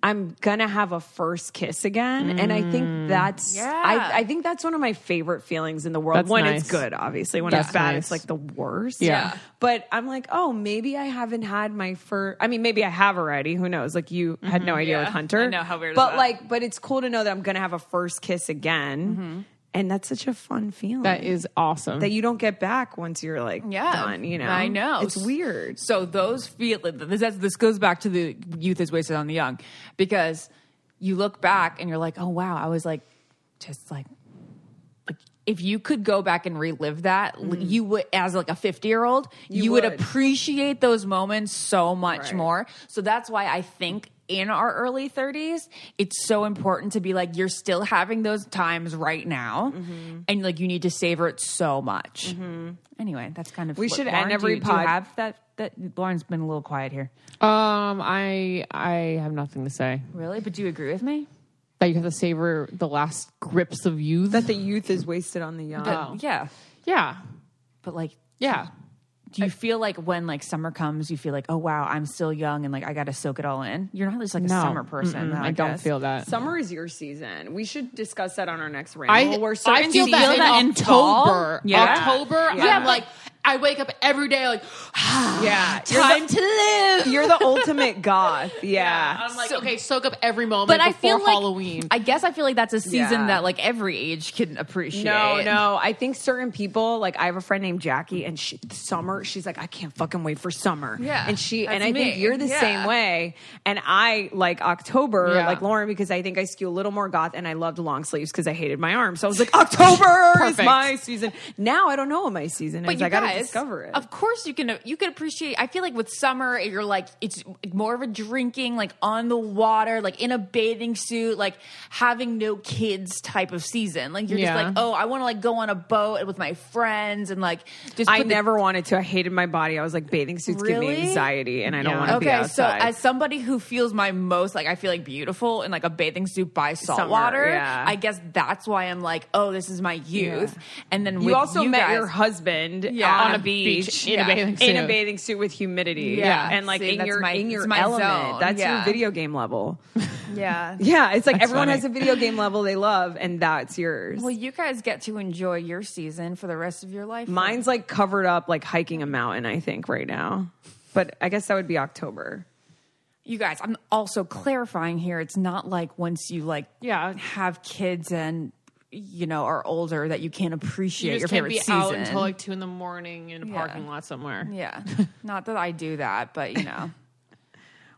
C: I'm gonna have a first kiss again, and I think that's
A: Yeah.
C: I, I think that's one of my favorite feelings in the world.
B: That's
C: when
B: nice.
C: it's good, obviously. When
B: That's
C: it's bad,
B: nice.
C: it's like the worst.
B: Yeah. Yeah.
C: But I'm like, oh, maybe I haven't had my first. I mean, maybe I have already. Who knows? Like you had no idea
A: Yeah.
C: with Hunter.
A: I know, how weird is
C: But
A: that?
C: like, but it's cool to know that I'm gonna have a first kiss again. And that's such a fun feeling.
B: That is awesome.
C: That you don't get back once you're like
A: yeah,
C: done, you know?
A: I know.
C: It's weird.
A: So those feel this that's- this goes back to the youth is wasted on the young because you look back and you're like, "Oh wow, I was like just like like, if you could go back and relive that, l- you would as like a 50-year-old, you,
F: Mm. You
A: would.
F: would.
A: appreciate those moments so much
F: Right.
A: more. So that's why I think in our early 30s, it's so important to be like you're still having those times right now
F: Mm-hmm.
A: and like you need to savor it so much. Anyway, that's kind of
C: We
A: what-
C: should
A: Lauren,
C: end
A: do
C: every
A: you- do
C: pod-
A: you have that that Lauren's been a little quiet here.
B: Um, I I have nothing to say.
A: Really? But do you agree with me?
B: That you have to savor the last grips of youth. That
C: the youth is wasted on the young.
A: But- Yeah.
B: Yeah.
A: But like
B: Yeah.
A: do you feel like when like summer comes, you feel like, oh wow, I'm still young and like I got to soak it all in? You're not just like a
B: No.
A: summer person.
B: Mm-mm.
A: though,
B: I don't
A: guess.
B: feel that.
C: Summer is your season. We should discuss that on our next
B: I,
C: ramble. We're
B: I
C: certain
B: feel
C: seasons-
B: that in, October. October,
C: Yeah.
B: I'm like, I wake up every day like,
C: yeah,
B: You're time the- to live.
C: You're the ultimate goth. Yeah.
B: I'm like, okay, soak up every moment.
A: But I
B: before
A: feel like
B: Halloween.
A: I guess I feel like that's a season
C: Yeah.
A: that like every age can appreciate.
C: No, no. I think certain people, like I have a friend named Jackie, and she, summer, she's like, I can't fucking wait for summer.
A: Yeah,
C: and she, and
A: that's
C: I think
A: me.
C: you're the
A: Yeah.
C: same way. And I like October,
B: Yeah.
C: like Lauren, because I think I skew a little more goth, and I loved long sleeves because I hated my arms. So I was like,
A: [laughs]
C: October is
B: Perfect.
C: my season. Now I don't know what my season is.
A: But you
C: I gotta
A: guys,
C: discover it.
A: Of course, you can you can appreciate. I feel like with summer, you're like it's more of a drinking, like on the water, like in a bathing suit, like having no kids type of season. Like you're
B: Yeah.
A: just like, oh, I want to like go on a boat with my friends and like just.
C: I
A: put the-
C: never wanted to. I hated my body. I was like, bathing suits give
A: Really?
C: me anxiety, and I don't
B: Yeah.
C: want to be
A: Okay, so
C: outside.
A: as somebody who feels my most like I feel like beautiful in like a bathing suit by salt
C: Summer,
A: water,
C: yeah.
A: I guess that's why I'm like, oh, this is my youth. And then
C: you
A: with
C: also met
A: guys- [laughs]
C: your husband
A: Yeah.
C: on,
A: On
C: a
A: a
C: beach,
B: beach in a bathing
C: in a
B: suit.
C: bathing suit with humidity,
A: Yeah.
C: and like
A: See,
C: in
A: that's
C: your
A: my-
C: in your
A: it's my
C: element.
A: zone.
C: That's your
A: Yeah.
C: video game level.
A: yeah.
C: Yeah, it's like
B: That's
C: everyone
B: funny.
C: has a video game level they love, and that's yours.
A: Well, you guys get to enjoy your season for the rest of your life.
C: Mine's like covered up, like hiking a mountain. I think right now, but I guess that would be October.
A: you guys, I'm also clarifying here. It's not like once you like
B: Yeah.
A: have kids and you know are older that you can't appreciate
B: you
A: your
B: just can't
A: favorite
B: be
A: season.
B: out until like two in the morning in a parking lot somewhere.
A: yeah, not that I do that, but you
B: [laughs]
A: know.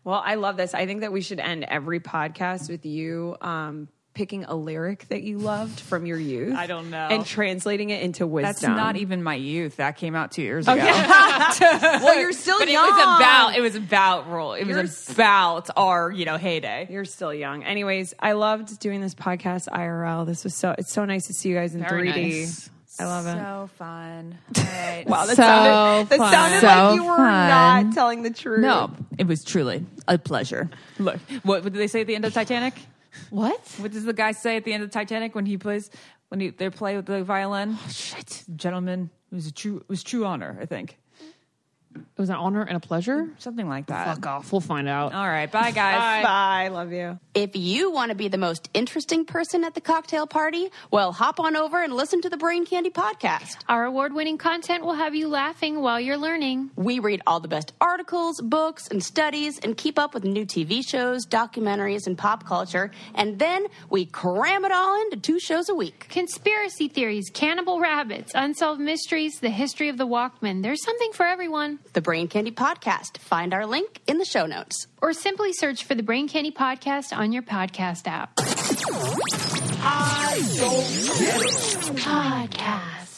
C: Well, I love this. I think that we should end every podcast with you um, picking a lyric that you loved from your youth.
B: I don't know.
C: And translating it into wisdom.
A: That's not even my youth. That came out two years ago.
B: [laughs]
C: well, you're still
A: but
C: young.
A: it was about it was about rule. It
C: You're
A: was
C: s-
A: about our you know heyday.
C: You're still young. Anyways, I loved doing this podcast IRL. This was so it's so nice to see you guys in
B: Very
C: 3D.
B: nice.
C: I love it.
A: So fun. All right.
C: Wow, that
A: So-
C: sounded, that
A: fun.
C: sounded
A: So
C: like you were
A: fun.
C: not telling the truth.
A: no, it was truly a pleasure. Look, what, what did they say at the end of Titanic?
B: What?
A: What does the guy say at the end of Titanic when he plays when he, they play with the violin? Oh, shit, gentlemen, it was a true it was true honor. I think
B: It was an honor and a pleasure.
A: something like that.
B: Fuck off. We'll find out.
A: All right, bye guys.
C: Bye. Love you.
K: If you want to be the most interesting person at the cocktail party, well, hop on over and listen to the Brain Candy podcast.
L: Our award winning content will have you laughing while you're learning.
K: We read all the best articles, books, and studies and keep up with new TV shows, documentaries, and pop culture. And then we cram it all into two shows a week.
L: Conspiracy theories, cannibal rabbits, unsolved mysteries, the history of the Walkman. There's something for everyone.
K: The Brain Candy podcast. Find our link in the show notes.
L: Or simply search for the Brain Candy Podcast on your podcast app. Podcast.